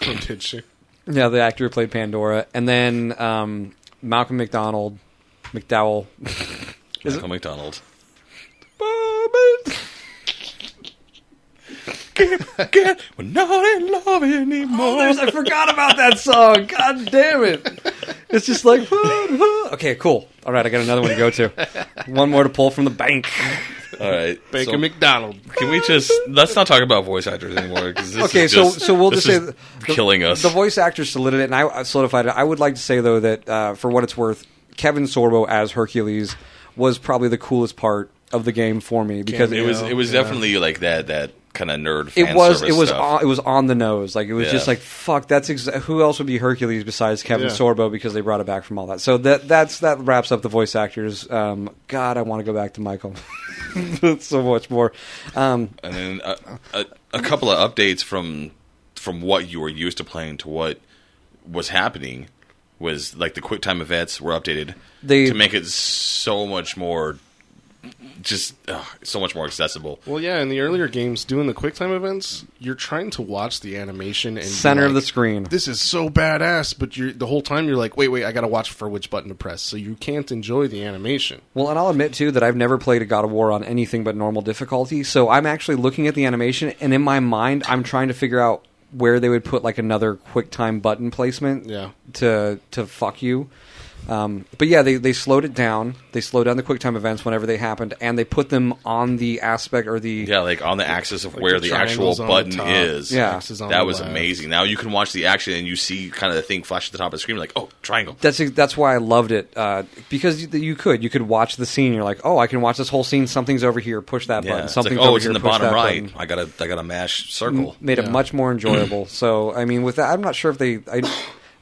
D: Oh, did you?
C: Yeah, the actor who played Pandora, and then um, Malcolm McDonald, McDowell.
B: Michael McDonald. Get, we're not in love anymore.
C: Oh, There's- I forgot about that song. God damn it! It's just like okay, cool. All right, I got another one to go to. One more to pull from the bank.
B: All right,
D: Baker
B: so
D: McDonald.
B: can we just let's not talk about voice actors anymore? 'cause this
C: Okay,
B: is
C: so
B: just-
C: so we'll
B: this
C: just say
B: is
C: the,
B: killing us.
C: The voice actor solidified it, and I I solidified it. I would like to say though that uh, for what it's worth, Kevin Sorbo as Hercules was probably the coolest part of the game for me because
B: it was it was
D: Yeah.
B: definitely like that that kind of nerd. Fan
C: it was
B: service
C: it was
B: stuff.
C: on, it was on the nose. Like it was
B: Yeah.
C: just like fuck. That's exa- who else would be Hercules besides Kevin
D: Yeah.
C: Sorbo because they brought it back from all that. So that that's that wraps up the voice actors. Um, God, I want to go back to Michael. (laughs) so much more. Um,
B: and then a, a, a couple of updates from from what you were used to playing to what was happening was like the QuickTime events were updated
C: They-
B: to make it so much more just uh, so much more accessible.
D: Well, yeah, in the earlier games, doing the QuickTime events, you're trying to watch the animation and be
C: Center of
D: like,
C: the screen.
D: This is so badass, but you're the whole time you're like, wait, wait, I got to watch for which button to press, so you can't enjoy the animation.
C: Well, and I'll admit too that I've never played a God of War on anything but normal difficulty. So I'm actually looking at the animation, and in my mind, I'm trying to figure out where they would put like another QuickTime button placement.
D: Yeah.
C: To to fuck you. Um, but yeah, they, they slowed it down. They slowed down the QuickTime events whenever they happened, and they put them on the aspect or the
B: Yeah, like on the axis of
D: Like
B: where
D: the
B: the, actual
D: triangles on the
B: button
D: top,
B: is.
C: Yeah.
D: X is on
B: that
D: the
B: was
D: left.
B: amazing. Now you can watch the action and you see kind of the thing flash at the top of the screen. Like, oh, triangle.
C: that's that's why I loved it uh, because you, you could you could watch the scene. You're like, oh, I can watch this whole scene. Something's over here. Push that
B: Yeah,
C: button.
B: it's like,
C: Something's
B: oh,
C: over
B: it's
C: here.
B: in the
C: push
B: bottom
C: that
B: right.
C: button.
B: I gotta, I gotta mash circle.
C: Made it
D: Yeah.
C: much
B: (clears throat)
C: more enjoyable. so I mean, with that, I'm not sure if they. I,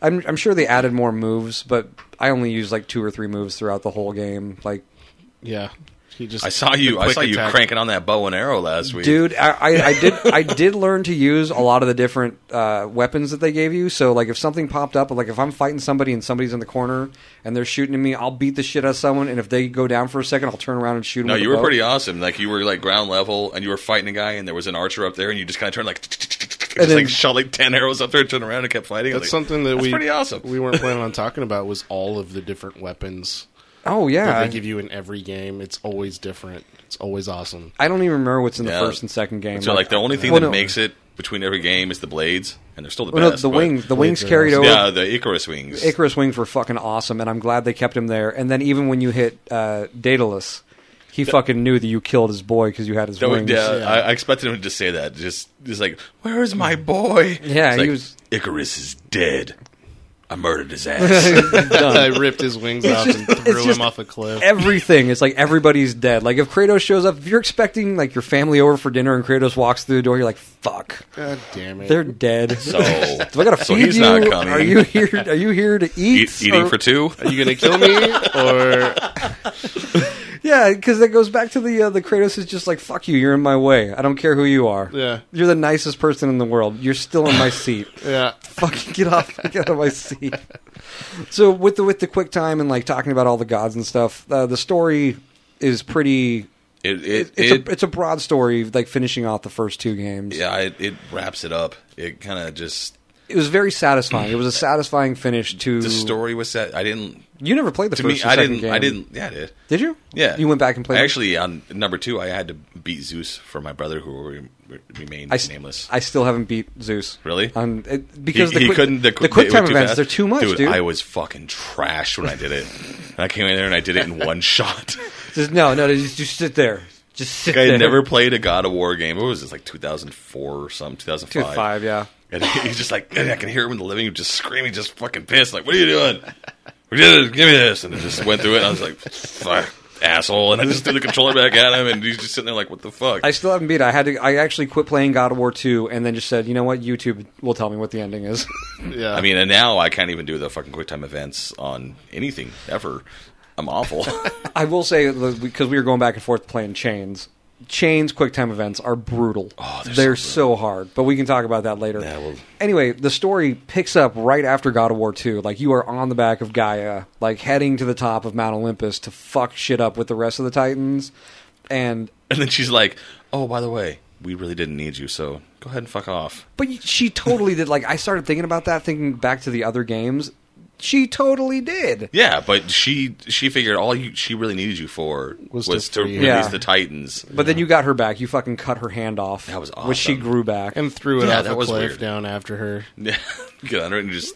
C: I'm, I'm sure they added more moves, but I only used like two or three moves throughout the whole game. Like,
D: Yeah, he just.
B: I saw you, I
D: quick
B: saw you
D: attack.
B: cranking on that bow and arrow last week.
C: dude, I, I, I did I did learn to use a lot of the different uh, weapons that they gave you. So like, if something popped up, like if I'm fighting somebody and somebody's in the corner and they're shooting at me, I'll beat the shit out of someone. And if they go down for a second, I'll turn around and shoot. 'em
B: No,
C: with
B: you
C: a
B: were
C: bow.
B: pretty awesome. Like you were like ground level, and you were fighting a guy, and there was an archer up there, and you just kind of turned like, (laughs) just
C: then-
B: like shot like ten arrows up there, and turned around and kept fighting. I was
D: That's
B: like,
D: something that
B: that's
D: we
B: pretty awesome.
D: we weren't planning on talking about was all of the different weapons
C: Oh
D: that
C: yeah,
D: they give you in every game. It's always different. It's always awesome.
C: I don't even remember what's in the
B: Yeah.
C: first and second game.
B: So like the only thing
C: Well,
B: that
C: no.
B: makes it between every game is the blades, and they're still the
C: Well, no,
B: best.
C: the
B: but-
C: wings, the
D: Blades
C: wings
D: are
C: carried
D: awesome.
C: over.
B: yeah, the Icarus wings.
C: Icarus wings were fucking awesome, and I'm glad they kept him there. And then even when you hit uh, Daedalus, he fucking knew that you killed his boy because you had his
B: That would-
C: wings.
B: yeah,
D: Yeah.
B: I, I expected him to just say that. Just, just like, where is my boy?
C: Yeah,
B: It's
C: he
B: like,
C: was-
B: Icarus is dead. I murdered
C: (laughs)
B: his ass.
D: (laughs) I ripped his wings off and threw
C: just
D: him off a cliff.
C: (laughs) Everything. It's like everybody's dead. Like if Kratos shows up, if you're expecting like your family over for dinner and Kratos walks through the door, you're like, "Fuck,
D: God damn it!
C: they're dead."
B: so,
C: (laughs) Do I gotta
B: so
C: feed
B: he's
C: you?
B: not coming.
C: Are you here? Are you here to eat?
B: (laughs) Eat, eating
C: Or-
B: for two?
D: Are you gonna kill me or
C: yeah, because that goes back to the uh, the Kratos is just like, "Fuck you, you're in my way. I don't care who you are.
D: Yeah.
C: you're the nicest person in the world. You're still in
B: (laughs)
C: my seat."
D: (laughs) yeah?
C: fucking get off (laughs) get out of my seat so with the with the quick time and like talking about all the gods and stuff uh, the story is pretty
B: It,
C: it,
B: it,
C: it's,
B: it,
C: a, it's a broad story like finishing off the first two games
B: yeah, it, it wraps it up. It kind of just
C: it was very satisfying it was a satisfying finish to
B: the story was set. I didn't.
C: you never played the
B: To
C: first
B: me,
C: or
B: I
C: second
B: didn't.
C: game
B: I didn't. Yeah, I did.
C: did you
B: Yeah,
C: you went back and played them?
B: Actually, on number two, I had to beat Zeus for my brother, who re- re- remained
C: I, s-
B: nameless.
C: I still haven't beat zeus
B: Really?
C: um, it, because
B: he,
C: the
B: he
C: quick,
B: couldn't.
C: the,
B: The,
C: quick
B: it
C: time
B: was too
C: events
B: fast.
C: they're too much dude,
B: I was fucking trashed when I did it. (laughs) And I came in there and I did it in
C: (laughs)
B: one shot.
C: just, no no just, just sit there just sit
B: I
C: there
B: had never played a God of War game. What was this, like 2004 or something? 2005.
C: two five yeah
B: And (laughs) he's just like, and I can hear him in the living room just screaming, just fucking pissed. Like, what are you doing? We did it. Give me this. And it just went through it. And I was like, fuck, asshole. And I just threw the controller back at him. And he's just sitting there like, what the fuck?
C: I still haven't beat. it. I had to. I actually quit playing God of War two, and then just said, you know what, YouTube will tell me what the ending is. (laughs)
D: Yeah,
B: I mean, and now I can't even do the fucking QuickTime events on anything ever. I'm awful. (laughs)
C: I will say because we were going back and forth playing Chains. Chains QuickTime events are brutal.
B: Oh, they're so
C: so, hard, but we can talk about that later.
B: Yeah, well-
C: Anyway, the story picks up right after God of War 2. Like you are on the back of Gaia, like heading to the top of Mount Olympus to fuck shit up with the rest of the Titans. And
B: and then she's like, oh, by the way, we really didn't need you. So go ahead and fuck off.
C: But y- she totally did. Like I started thinking about that, thinking back to the other games. She totally did.
B: Yeah, but she she figured all you, she really needed you for
D: Was
B: was,
D: to
B: to,
D: free-
B: release
C: Yeah.
B: the Titans.
C: But then you got her back. You fucking cut her hand off.
B: That was
C: Which she
B: awesome.
C: grew back.
D: and threw it
B: Yeah,
D: off
B: that
D: a
B: was
D: cliff
B: weird.
D: down after her.
B: Yeah, (laughs) get under it and just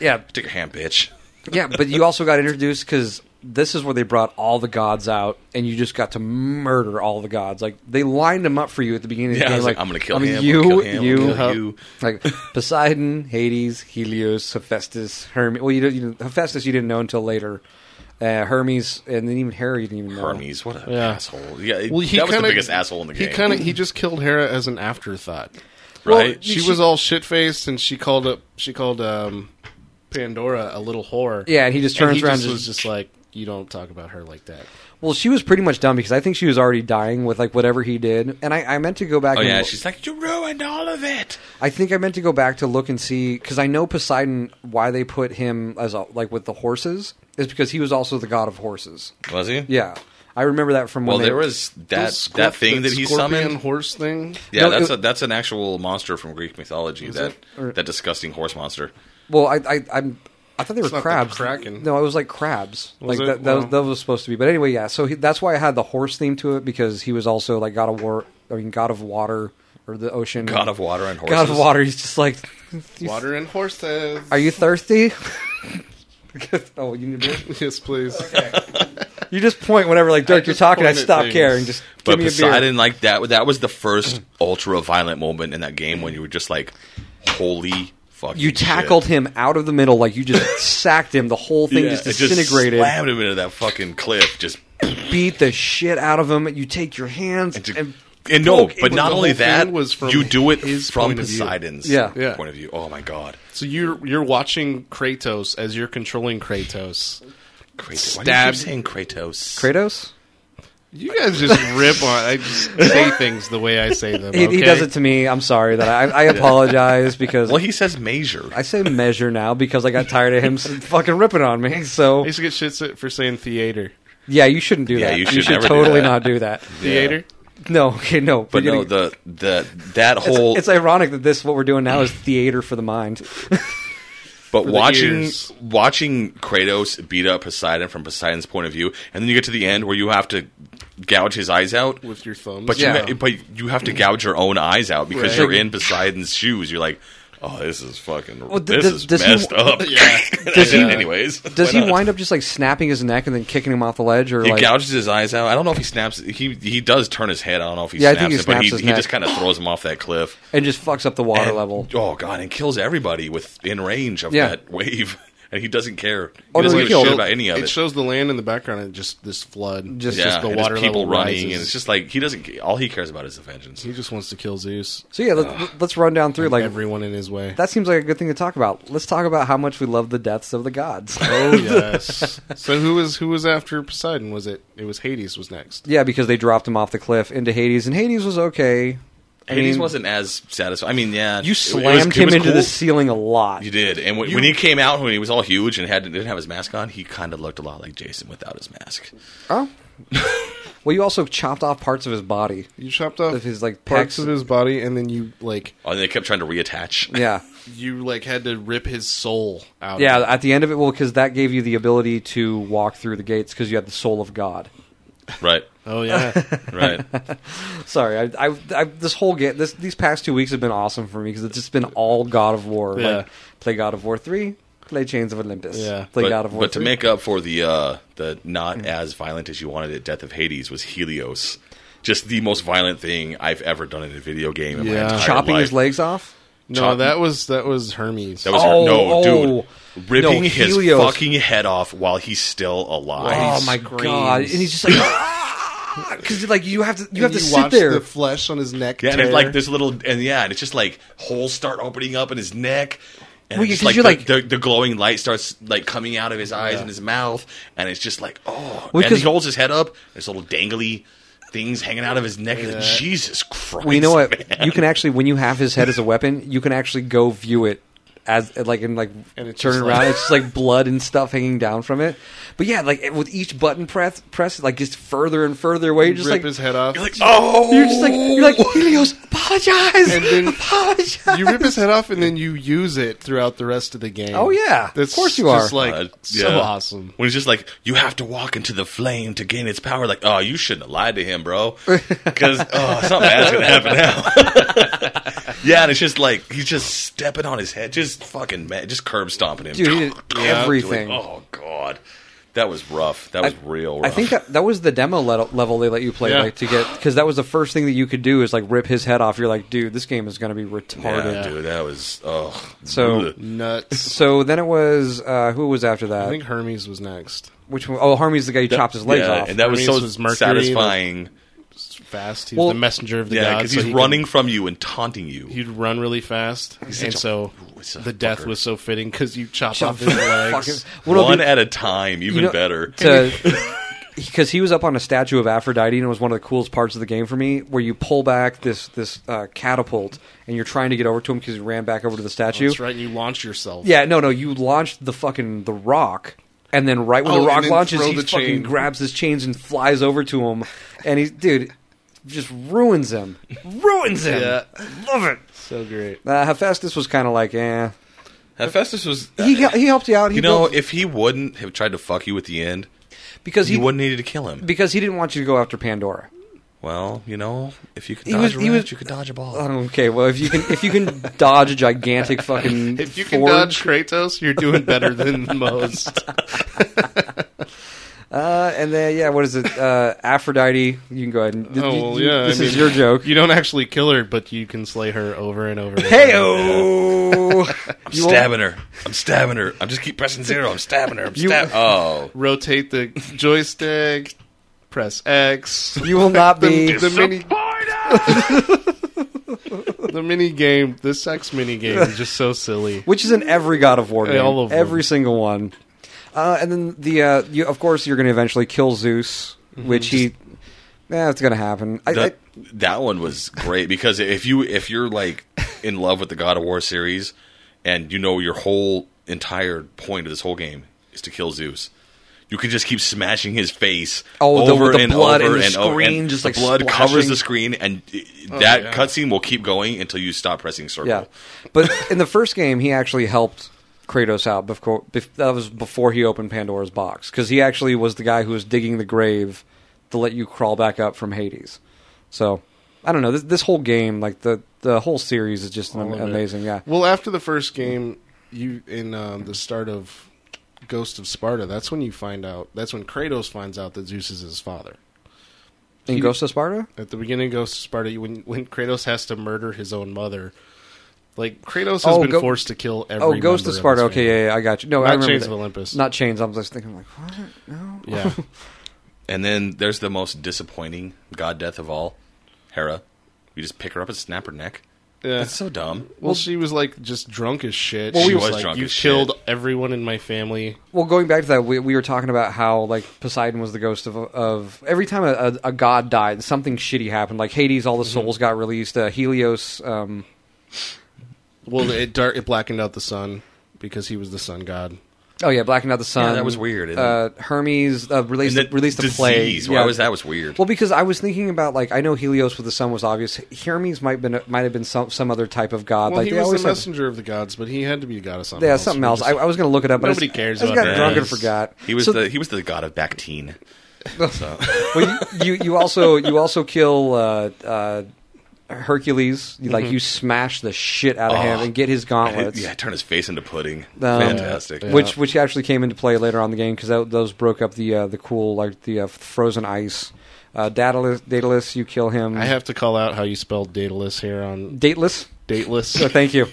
C: yeah,
B: take your hand, bitch.
C: yeah. But you also got introduced because this is where they brought all the gods out, and you just got to murder all the gods. Like they lined them up for you at the beginning. of the
B: Yeah, I
C: game,
B: was like, I'm gonna kill
C: I mean,
B: him.
C: You,
B: I'm gonna kill him. I'm
C: you,
B: gonna kill you. (laughs)
C: like Poseidon, Hades, Helios, Hephaestus, Hermes. Well, you, don't- you know, Hephaestus you didn't know until later. Uh, Hermes, and then even Hera you didn't even know.
B: Hermes, what an
D: Yeah.
B: asshole. Yeah,
D: Well, he
B: that was
D: kinda-
B: the biggest asshole in the game.
D: He kind of he just killed Hera as an afterthought.
B: right?
D: She, was all shit faced, and she called up. She called um, Pandora a little whore.
C: Yeah, and he just turns
D: he
C: around
D: Just
C: and
D: was
C: just-
D: just like, "You don't talk about her like that."
C: Well, she was pretty much done because I think she was already dying with like whatever he did, and I, I meant to go back.
B: oh
C: and
B: yeah, she's like, you ruined all of it.
C: I think I meant to go back to look and see because I know Poseidon why they put him as a, like with the horses is because he was also the god of horses.
B: Was he?
C: Yeah, I remember that from
B: Well,
C: when they-
B: there was that
D: Those scorp-
B: that thing that he
D: scorpion
B: summoned.
D: horse thing.
B: Yeah,
C: No,
B: that's
C: it-
B: a, that's an actual monster from Greek mythology. That
D: it?
B: that disgusting horse monster.
C: Well, I I I'm, I thought they were
D: not the
C: crabs.
D: Kraken.
C: No, it was like crabs.
D: Was
C: like
D: it?
C: that that, was,
D: Wow.
C: that was supposed to be. But anyway, yeah. So he, that's why I had the horse theme to it because he was also like god of war. I mean, god of water or the ocean.
B: God of water and horses.
C: God of water. He's just like
D: Water and horses.
C: Are you thirsty? (laughs) oh, you need a beer?
D: (laughs) yes, please.
C: You just point whenever, like, Dirk,
D: I
C: you're
D: just
C: talking, I
D: point at
C: stop
D: things.
C: caring. Just give
B: But
C: me a beer.
B: Poseidon, like that, that was the first ultra violent moment in that game when you were just like, "Holy fucking!"
C: You
B: shit.
C: tackled him out of the middle, like you
B: (laughs)
C: just sacked him. The whole thing
B: Yeah,
C: just
B: it
C: disintegrated.
B: slammed him into that fucking cliff. Just
C: beat the shit out of him. You take your hands and,
B: and, no,
C: poke it
B: but
C: with
B: not
C: the
B: only
D: whole
B: that
D: thing was from
B: you do it
D: his
B: from
D: point of view.
B: Poseidon's
C: Yeah.
D: Yeah.
B: point of view. Oh my god,
D: So you're you're watching Kratos as you're controlling Kratos.
B: Kratos! Why do you
D: Stabbed-
B: keep saying Kratos?
C: Kratos.
D: You guys (laughs) just rip on. I just say things the way I say them.
C: He, he
D: okay?
C: does it to me. I'm sorry that I,
B: (laughs)
C: I apologize because
B: well, he says measure.
C: I say measure now because I got tired
B: (laughs)
C: of him s- fucking ripping on me.
D: I
C: So
D: used to get shit for saying theater.
C: yeah, you shouldn't do
B: Yeah,
C: that.
B: you should never do
C: totally
B: that.
C: not do that.
D: Theater.
C: No, okay, no.
B: but
C: You're
B: no,
C: getting-
B: the the that
C: it's,
B: whole.
C: it's ironic that this what we're doing now is theater for
B: (laughs)
C: the mind.
B: but
D: the
B: watching
D: ears.
B: watching Kratos beat up Poseidon from Poseidon's point of view, and then you get to the end where you have to gouge his eyes out
D: With your thumbs.
B: But
D: Yeah.
B: you but you have to gouge your own eyes out because
D: Right.
B: you're in Poseidon's shoes. You're like, oh, this is fucking
C: d-
B: this
C: does-
B: is
C: does he-
B: messed up.
D: (laughs) Yeah.
B: does (laughs)
D: he-
B: anyways? uh, Why
C: Does
B: (laughs)
C: he
B: not?
C: wind up just like snapping his neck and then kicking him off the ledge, or
B: He
C: like
B: gouges his eyes out. I don't know if he snaps. He he does turn his head. I don't know if he
C: Yeah, I
B: snaps
C: think he
B: it, but
C: snaps
B: he,
C: his
B: he just
C: neck.
B: kind of throws him off that cliff.
C: and just fucks up the water
B: And-
C: level?
B: Oh god, and kills everybody within range of
C: Yeah.
B: that wave, (laughs) and he doesn't care. He
C: Oh, no,
B: doesn't
C: he
B: give a
C: killed-
B: shit about any of it.
D: shows the land in the background and just this flood.
C: Just-
D: Just,
B: yeah,
D: just the
B: and it's
D: water
B: people
D: level
B: running,
D: rises.
B: and it's just like he doesn't. All he cares about is the vengeance.
D: he just wants to kill Zeus.
C: So yeah, let, let's run down through like
D: everyone in his way.
C: that seems like a good thing to talk about. Let's talk about how much we love the deaths of
B: (laughs)
C: the gods. (laughs)
D: oh yes. so who was who was after Poseidon? Was it it was Hades was next.
C: yeah, because they dropped him off the cliff into Hades, and Hades was okay. I
B: Hades
C: mean,
B: wasn't as satisfying. I mean, yeah,
C: You
B: it was- it
C: slammed
B: was
C: him into the
B: cool.
C: ceiling a lot.
B: You did, and when, when he came out, when he was all huge and had didn't have his mask on, he kind of looked a lot like Jason without his mask.
C: Oh. well, you also chopped off parts of
B: (laughs)
C: his body.
D: You chopped off
C: Of his, like,
D: parts
C: pecs.
D: of his body, and then you like
B: Oh, and they kept trying to reattach.
C: Yeah.
D: you like had to rip his soul out.
C: Yeah, at the end of it, well, because that gave you the ability to walk through the gates because you had the soul of God.
B: Right,
D: Oh
C: (laughs)
D: yeah.
B: right.
C: Sorry, I, I, I this whole game, this these past two weeks have been awesome for me because it's just been all God of War.
D: Yeah.
C: Like, play God of War three, play Chains of Olympus.
D: Yeah.
C: play
B: but,
C: God of War.
B: but to
C: 3.
B: make up for the uh, the
C: Mm.
B: not as violent as you wanted it, Death of Hades was Helios, just the most violent thing I've ever done in a video game. In my
D: Yeah.
B: entire
C: chopping
B: life.
C: his legs off.
D: no,
B: Chop-
D: that was that was Hermes.
B: That was
C: Oh,
B: no,
C: oh.
B: dude, ripping
C: No,
B: his
C: Helios.
B: fucking head off while he's still alive.
C: Oh my
D: screams.
C: god! And he's just like, because like you have to, you have to sit
D: watch
C: there.
D: the flesh on his neck.
B: Yeah, and
D: tear.
B: it's like this little, and yeah, and it's just like holes start opening up in his neck, and
C: Well,
B: it's just like,
C: 'cause you're like-
B: the, the, the glowing light starts like coming out of his eyes and his mouth, and it's just like oh,
C: Well,
B: and he
C: 'cause-
B: holds his head up, there's little dangly things hanging out of his neck, and Jesus Christ,
C: well, you know what?
B: man.
C: You can actually, when you have his head as a weapon, you can actually go view it as like and like
D: And it's
C: turn
D: just
C: around.
D: like-
C: it's just like blood and stuff hanging down from it. But yeah, like it- with each button press, press like just further and further away. You're
D: rip
C: just like
D: his head off.
B: You're like oh,
C: you're just like you're like Helios, apologize,
D: And then-
C: apologize.
D: you rip his head off and then you use it throughout the rest of the game.
C: Oh, yeah. Of
D: that's
C: course you
D: just
C: are.
D: Like
B: Uh,
D: so
B: yeah.
D: awesome.
B: When it's just like you have to walk into the flame to gain its power. Like, oh, you shouldn't have lied to him,
C: (laughs)
B: bro, because oh, something bad's gonna happen now.
C: (laughs)
B: yeah, and it's just like he's just stepping on his head, just fucking mad, just curb stomping him.
C: Dude, he did everything.
B: oh god, that was rough. That was real.
C: I
B: rough.
C: think that, that was the demo le- level they let you play,
D: Yeah.
C: like to get because that was the first thing that you could do is like rip his head off. You're like, dude, this game is going to be retarded.
B: yeah, dude, that was oh
C: So-
B: ugh.
C: (laughs)
D: Nuts.
C: So then it was uh, who was after that?
D: I think Hermes was next.
C: Which one? Oh, Hermes the guy who chopped his legs
B: yeah,
C: off.
B: and that was
D: Hermes
B: so
D: was Mercury,
B: satisfying.
D: Fast. He
C: Well-
D: was the messenger of the
B: Yeah,
D: gods.
B: because
D: so
B: he's
D: he could-
B: running from you and taunting you.
D: he'd run really fast, and
B: such a-
D: so
B: Ooh, it's a
D: the death
B: fucker.
D: was so fitting because you chop
B: (laughs)
D: off
C: Chopped (laughs)
D: his
C: his
D: legs.
C: fucking- What'll
B: One
C: be-
B: at a time, even
C: you know,
B: better.
C: (laughs) because he was up on a statue of Aphrodite, and it was one of the coolest parts of the game for me, where you pull back this this uh, catapult, and you're trying to get over to him because he ran back over to the statue.
D: Oh, That's right. You launch yourself.
C: Yeah, no, no, you launched the fucking the rock, and then right when
D: Oh,
C: the
D: and
C: rock
D: then
C: launches,
D: throw
C: he
D: the
C: fucking
D: chain.
C: grabs his chains and flies over to him, and he's dude, just ruins him, ruins him.
D: Yeah.
C: Love it.
D: So great.
C: Uh, Hephaestus was kind of like, eh.
B: Hephaestus was
C: He, he helped you out. He
B: You know,
C: built-
B: if he wouldn't have tried to fuck you at the end,
C: because he
B: you wouldn't needed to kill him.
C: because he didn't want you to go after Pandora.
B: Well, you know, if you can
C: He
B: dodge
C: was-
B: a
C: he
B: wrench,
C: was-
B: you can dodge a
C: Oh,
B: ball.
C: Okay, well if you can if you can dodge a
D: (laughs)
C: gigantic fucking
D: If you can
C: forge-
D: dodge Kratos, you're doing
C: (laughs)
D: better than most.
C: uh, and then yeah, what is it? Uh, Aphrodite. You can go ahead and
D: Oh,
C: you-
D: well,
C: you-
D: yeah, I
C: This is
D: mean-
C: your joke.
D: You don't actually kill her, but you can slay her over and over. again.
C: oh. Heyo! (laughs)
B: I'm stabbing her. I'm stabbing her. I'm just keep pressing zero. I'm stabbing her. I'm
C: You-
B: stabbing. Oh,
D: Rotate the joystick. Press X.
C: You will not
D: (laughs) The-
C: be.
D: the mini
A: Disappointed!
D: the mini game. The sex mini game is just
C: (laughs)
D: so silly.
C: which is in every God of War
D: Yeah,
C: game,
D: all of them.
C: every single one. Uh, and then the uh, you, of course you're going to eventually kill Zeus,
D: Mm-hmm.
C: which he yeah, it's going to happen. I, I,
B: that that one was great because if you if you're like in love with the God of War series, and you know your whole entire point of this whole game is to kill Zeus. You can just keep smashing his face
C: Oh, the-
B: over
C: the
B: and
C: blood
B: over
C: and the
B: and over,
C: screen
B: and
C: just,
B: the
C: like,
B: blood covers
C: splashing.
B: the screen, and i- that
D: Oh, yeah.
B: cutscene will keep going until you stop pressing circle.
C: yeah, but in the first game he actually helped Kratos out before bef- that was before he opened Pandora's box because he actually was the guy who was digging the grave to let you crawl back up from Hades. So I don't know this this whole game like the the whole series is just
D: All of it.
C: amazing. Yeah,
D: Well, after the first game, you in um, the start of Ghost of Sparta. That's when you find out. That's when Kratos finds out that Zeus is his father.
C: in
D: he-
C: Ghost of Sparta.
D: At the beginning of Ghost of Sparta, you- when when Kratos has to murder his own mother, like Kratos has
C: Oh,
D: been
C: Go-
D: forced to kill every.
C: Oh, Ghost
D: member
C: of Sparta.
D: his
C: Okay,
D: family.
C: yeah, yeah, I got you. No, I
D: Not
C: remember
D: Chains
C: that.
D: of Olympus.
C: Not chains. I was just thinking, like, what? No.
B: (laughs)
D: yeah.
B: And then there's the most disappointing god death of all, Hera. You just pick her up and snap her neck.
D: Yeah.
B: That's so dumb.
D: Well, she was like just drunk as shit.
B: Well,
D: she
B: we-
D: was,
B: was
D: like,
B: drunk
D: "You
B: as
D: killed
B: shit.
D: everyone in my family."
C: Well, going back to that, we, we were talking about how like Poseidon was the ghost of of every time a, a, a god died, something shitty happened. Like Hades, all the souls got released. Uh, Helios, um,
D: Well, it dark it blackened out the sun because he was the sun god.
C: oh yeah, blacking out the sun.
B: Yeah, that was weird, isn't
C: Uh, Hermes uh, released
B: And
C: released the plague.
B: disease. Why was that was weird?
C: Well, because I was thinking about like I know Helios with the sun was obvious. Hermes might been might have been some some other type of god.
D: Well,
C: like
D: he
C: they
D: was
C: always
D: the
C: have-
D: messenger of the gods, but he had to be a god of something.
C: yeah,
D: else.
C: something
D: We
C: else.
D: just-
C: I, I was going to look it up. But I
D: Nobody
C: just-
D: cares
C: I just
D: about
C: got
D: that.
C: drunk and
D: Yes.
C: forgot.
B: He was
C: So-
B: the he was the god of Bactine. So
C: well, you, you you also you also kill uh, uh, Hercules. You, Like you smash the shit out of him
B: Oh.
C: and get his gauntlets.
B: yeah, turn his face into pudding.
C: Um,
B: Fantastic. (laughs)
D: Yeah.
C: Which which actually came into play later on in the game because those broke up the uh, the cool like the uh, frozen ice. Uh, Daedalus, Daedalus, you kill him.
D: I have to call out how you spelled Daedalus here on
C: Dateless.
D: Dateless.
C: Oh, thank you.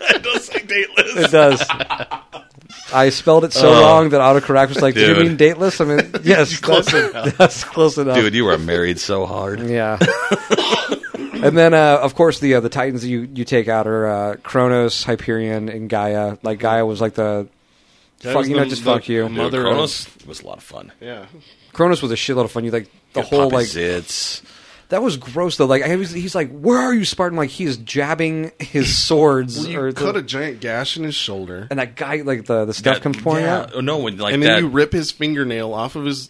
B: it does say dateless.
C: It does. I spelled it so wrong that autocorrect was like, "Do you
B: Dude.
C: mean dateless?" I mean, yes,
D: Close
C: that's,
D: enough.
C: that's close enough.
B: Dude, you are married so hard.
C: Yeah. (laughs) and then, uh, of course, the uh, the Titans you you take out are uh, Kronos, Hyperion, and Gaia. Like Gaia was like the
D: That
C: fuck
D: was
C: you know
D: the-
C: just
D: the
C: fuck you.
D: mo-
B: Dude,
D: Mother
B: Kronos was a lot of fun.
D: (laughs) yeah.
C: Kronos was a shitload of fun. You like the
B: Dude,
C: whole
B: Papa
C: like
B: Zitz.
C: that was gross though. Like I was, he's like, where are you, Spartan? Like he is jabbing
D: (laughs)
C: his swords
D: Well,
C: or
D: you
C: the-
D: cut a giant gash in his shoulder,
C: and that guy like the the stuff
B: That-
C: comes pouring
B: yeah.
C: out.
B: Oh, no, when like
D: and
B: that.
D: then you rip his fingernail off of his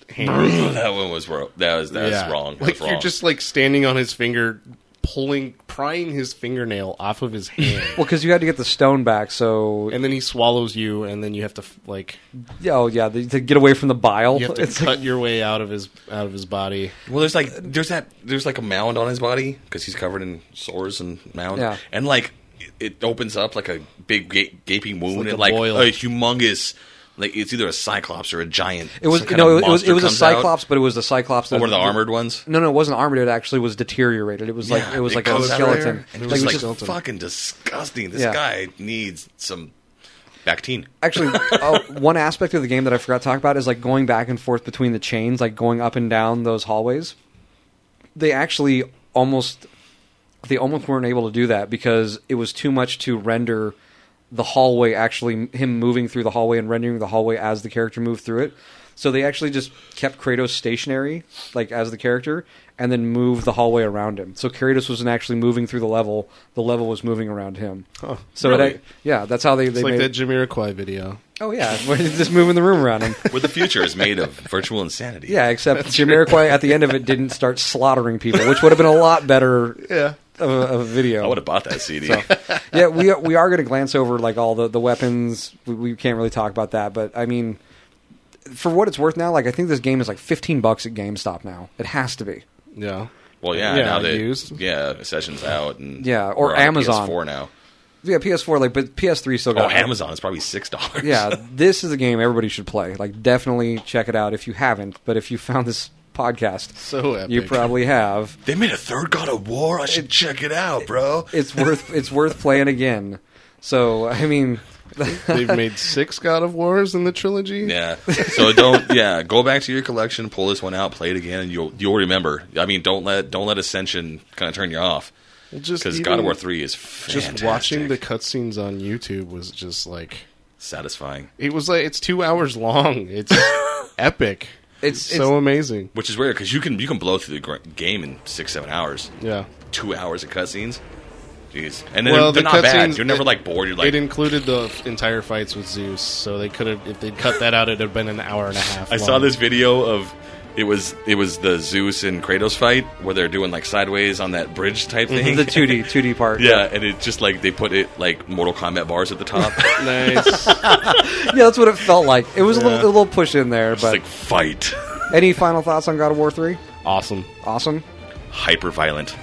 B: (clears throat)
D: hand.
B: that one was wrong. That was that
D: (laughs) Yeah.
B: was wrong. That
D: Like
B: was wrong.
D: you're just like standing on his finger, pulling, prying his fingernail off of his hand,
C: (laughs)
D: (laughs)
C: Well, because you had to get the stone back, so
D: and then he swallows you, and then you have to f- like
C: oh yeah, the, to get away from the bile.
D: you have to
C: It's
D: cut
C: like,
D: your way out of his out of his body.
B: Well, there's like there's that there's like a mound on his body because he's covered in sores and mounds,
C: Yeah.
B: and like it- it opens up like a big ga- gaping wound
D: like
B: and
D: a
B: like
D: boil.
B: a humongous like it's either a cyclops or a giant.
C: it was
B: some kind
C: no,
B: of
C: it was it
B: monster
C: was a
B: comes out.
C: cyclops, but it was the cyclops.
B: Oh,
C: that-
B: one of the armored ones.
C: No, no, it wasn't armored. It actually was deteriorated. It was like
B: Yeah,
C: it was like a
B: comes out of there,
C: skeleton.
B: and it
C: Like,
B: was
C: it
B: like,
C: was just-
B: fucking disgusting. This
C: Yeah.
B: guy needs some Bactine.
C: actually, uh, one aspect of the game that I forgot to talk about is like going back and forth between the chains, like going up and down those hallways. They actually almost they almost weren't able to do that because it was too much to render the hallway actually him moving through the hallway and rendering the hallway as the character moved through it. So they actually just kept Kratos stationary, like as the character, and then moved the hallway around him. So Kratos wasn't actually moving through the level; the level was moving around him. so it
B: really?
C: ac- yeah, that's how they they
D: It's like
C: made
D: that Jamiroquai video.
C: Oh yeah, (laughs) Well, he's just moving the room around him.
B: Where the future is made of virtual insanity.
C: (laughs) Yeah, except Jamiroquai at the end of it didn't start slaughtering people, which would have been a lot better
D: Yeah.
C: of, a, of a video.
B: I would have bought that CD.
C: (laughs) yeah, we we are going to glance over like all the the weapons. We, we can't really talk about that, but I mean, for what it's worth now, like I think this game is like fifteen bucks at GameStop now. It has to be.
D: Yeah.
B: Well, yeah,
D: Yeah,
B: now that
D: used.
B: yeah, sessions out and
C: Yeah, or
B: we're on a
C: Amazon.
B: PS4 now.
C: Yeah, PS4, like, but PS3 still
D: Uh,
B: Oh,
C: got
B: Amazon is probably six dollars.
C: (laughs) yeah, this is a game everybody should play. Like, definitely check it out if you haven't. But if you found this podcast,
D: So epic.
C: you probably have.
B: (laughs) they made a third God of War. I should check it out, bro.
C: It's worth it's worth playing again. So I mean,
D: (laughs) They've made six God of Wars in the trilogy. (laughs)
B: yeah. So don't yeah, go back to your collection, pull this one out, play it again, and you'll you'll remember. I mean, don't let don't let Ascension kind of turn you off
D: Well, just
B: because
D: even-
B: God of War Three is fantastic.
D: Just watching the cutscenes on YouTube was just like
B: satisfying,
D: it was like it's two hours long. It's (laughs) epic.
C: it's
D: so amazing.
B: which is rare because you can you can blow through the gr- game in six seven hours.
D: Yeah.
B: two hours of cutscenes. Jeez, and then
D: Well,
B: they're,
D: the
B: not bad.
D: cutscenes-
B: You're never
D: it-
B: like bored. You're
D: it
B: like,
D: included the f- entire fights with Zeus, so they could have if they'd cut that out, it'd have been an hour and a half.
B: I saw
D: long.
B: this video of it was it was the Zeus and Kratos fight where they're doing like sideways on that bridge type thing.
C: it's Mm-hmm. the two D two D
B: (laughs)
C: part.
B: yeah, and it just like they put it like Mortal Kombat bars at the
C: (laughs)
B: top. It's (laughs)
D: (laughs) Nice.
C: yeah, that's what it felt like. It was a little
D: Yeah.
C: a little push in there. But
B: like fight,
C: any final thoughts on God of War three?
D: awesome.
C: Awesome.
B: hyper violent,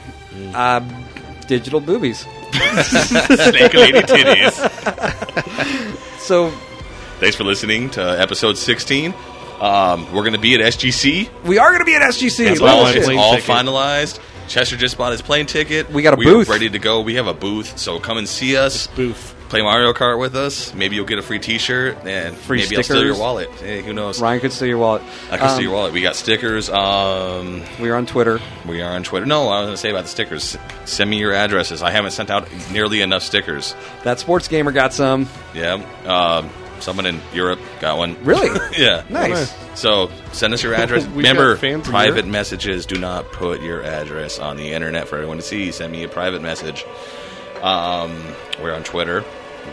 C: Um, digital boobies.
B: snake lady
C: (laughs)
B: titties.
C: So
B: Thanks for listening to episode 16. Um, we're gonna be at SGC.
C: we are going to be at SGC.
B: It's
C: Holy
B: all,
C: shit.
B: it's all
D: ticket.
B: finalized. Chester just bought his plane ticket.
C: We got a
B: We're
C: booth.
B: ready to go. We have a booth, so come and see us.
D: Boof.
B: play Mario Kart with us. Maybe you'll get a free T-shirt and
C: Free
B: maybe I'll steal your
C: stickers.
B: wallet. Hey, who knows?
C: Ryan could steal your wallet.
B: I can
C: Um,
B: steal your wallet. We got stickers. Um,
C: We're on Twitter.
B: we are on Twitter. No, I was going to say about the stickers. S- Send me your addresses. I haven't sent out nearly enough stickers.
C: That sports gamer got some.
B: Yeah. Um, someone in Europe got one.
C: Really?
B: (laughs) yeah.
C: Nice.
B: So send us your
C: (laughs)
B: address.
D: We got
B: Remember,
D: fans in
B: private
D: Europe?
B: messages. Do not put your address on the internet for everyone to see. Send me a private message. Um, we're on Twitter.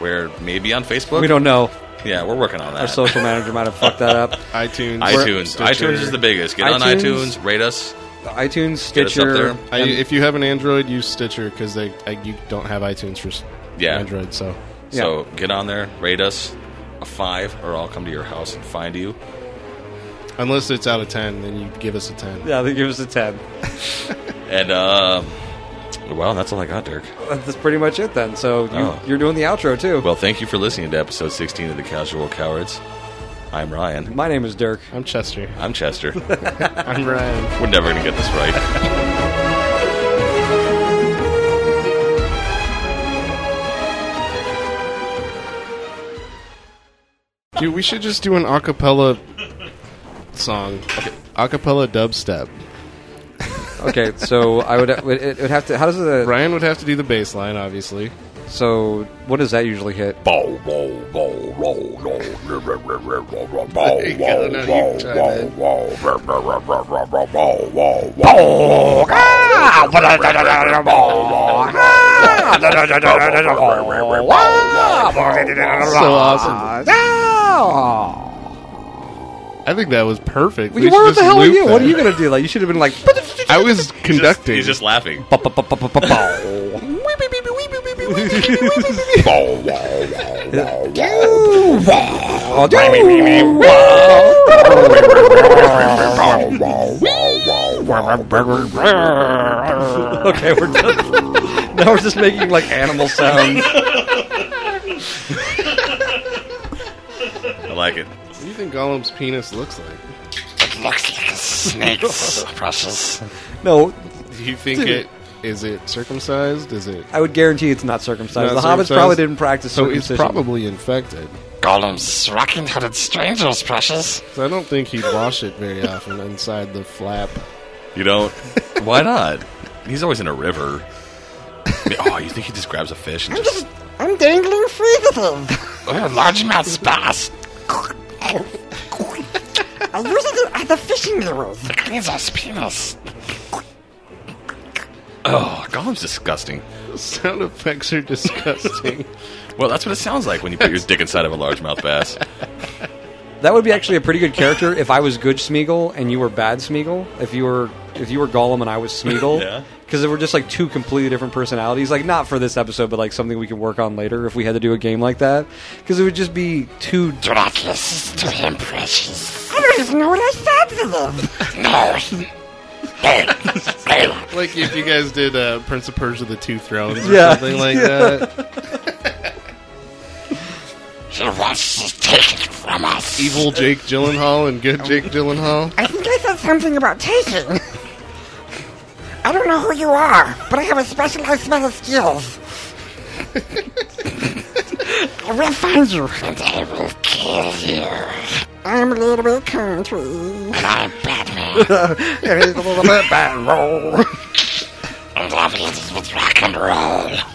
B: We're maybe on Facebook.
C: We don't know.
B: Yeah, we're working on that.
C: Our social manager might have fucked that up.
D: iTunes.
B: iTunes.
D: Stitcher.
B: iTunes is the biggest. Get on
C: iTunes.
B: iTunes, rate us.
C: iTunes,
B: Get us up
C: Stitcher.
B: there.
D: I,
C: and-
D: if you have an Android, use Stitcher because they I, you don't have iTunes for s-
B: Yeah.
D: Android. So
B: So get on there, rate us a five, or I'll come to your house and find you.
D: unless it's out of ten, then you give us a ten.
C: yeah, they give us a 10.
B: And uh, well, that's all I got, Dirk.
C: That's pretty much it then. So you,
B: Oh.
C: you're doing the outro too.
B: Well, thank you for listening to episode 16 of the Casual Cowards. I'm Ryan.
C: My name is Dirk.
B: (laughs)
D: I'm Chester.
B: I'm
D: (laughs)
B: Chester.
D: I'm Ryan.
B: We're never gonna get this right.
D: (laughs) Dude, we should just do an acapella song. Acapella dubstep.
C: Okay, so I would it, it would have to. How does the
D: Ryan would have to do the bass line, obviously.
C: so what does that usually hit?
E: Bow, bow, bow, row, row, row, row, row, row, row, row, bow,
D: There you go,
E: wow,
D: now you
E: wow,
D: try
E: wow,
D: that.
E: wow, row, row, row, row, row, row, bow, wow, wow, wow, row, row, row, row, row, bow, wow, row, row, row, row, row, row, row, row, wow, wow.
D: So awesome.
C: Oh,
D: I think that was perfect. We should
C: where
D: just
C: the hell are
D: loop
C: you? What are
D: that.
C: you gonna do? Like you should have been
D: (laughs)
C: like.
D: I
C: (laughs)
D: was conducting.
B: He's just laughing.
E: Bow, wow, wow, wow, wow.
C: Oh, dude. okay, we're done. now we're just making like animal
D: (laughs)
C: sounds.
B: I like it.
D: what do you think Gollum's penis looks like?
E: Looks like a snake's precious.
C: No,
D: Do you think it is it circumcised? Is it
C: I would guarantee it's not circumcised.
D: Not
C: the hobbits
D: circumcised?
C: probably didn't practice
D: so? It's
C: circumcision.
D: probably infected.
E: Golem's rocking hooded strangers, precious.
D: 'Cause I don't think he'd wash it very often inside the (laughs) flap.
B: You
D: (laughs)
B: don't? Why not? He's always in a river. I mean, oh, you think he just grabs a fish and just
F: I'm dangling free with him.
E: We're largemouth bass.
F: I lose it at the fishing lures.
E: Cleans us penis.
B: oh, Gollum's disgusting.
D: Sound effects are (laughs) disgusting.
B: Well, that's what it sounds like when you put
D: (laughs)
B: your dick inside of a largemouth bass.
C: That would be actually a pretty good character if I was good Smeagol and you were bad Smeagol. If you were if you were Gollum and I was Smeagol.
B: Yeah.
C: Because they were just like two completely different personalities. Like not for this episode, but like something we can work on later if we had to do a game like that. Because it would just be two. d-
E: Do not listen to him, precious. (laughs)
F: I don't even know what I said to them.
E: No.
D: Like if you guys did uh, Prince of Persia: The Two Thrones or
C: Yeah.
D: something
C: (laughs)
D: like
C: Yeah.
D: that.
E: She wants to take it from us.
D: Evil Jake Gyllenhaal and good Jake Gyllenhaal.
F: I think I said something about taking. I don't know who you are, but I have a specialized set of skills. I will find you.
E: And I will kill you.
F: I'm a little bit country.
E: And I'm Batman. (laughs)
F: It is a little bit bad.
E: and I'm in with rock and roll.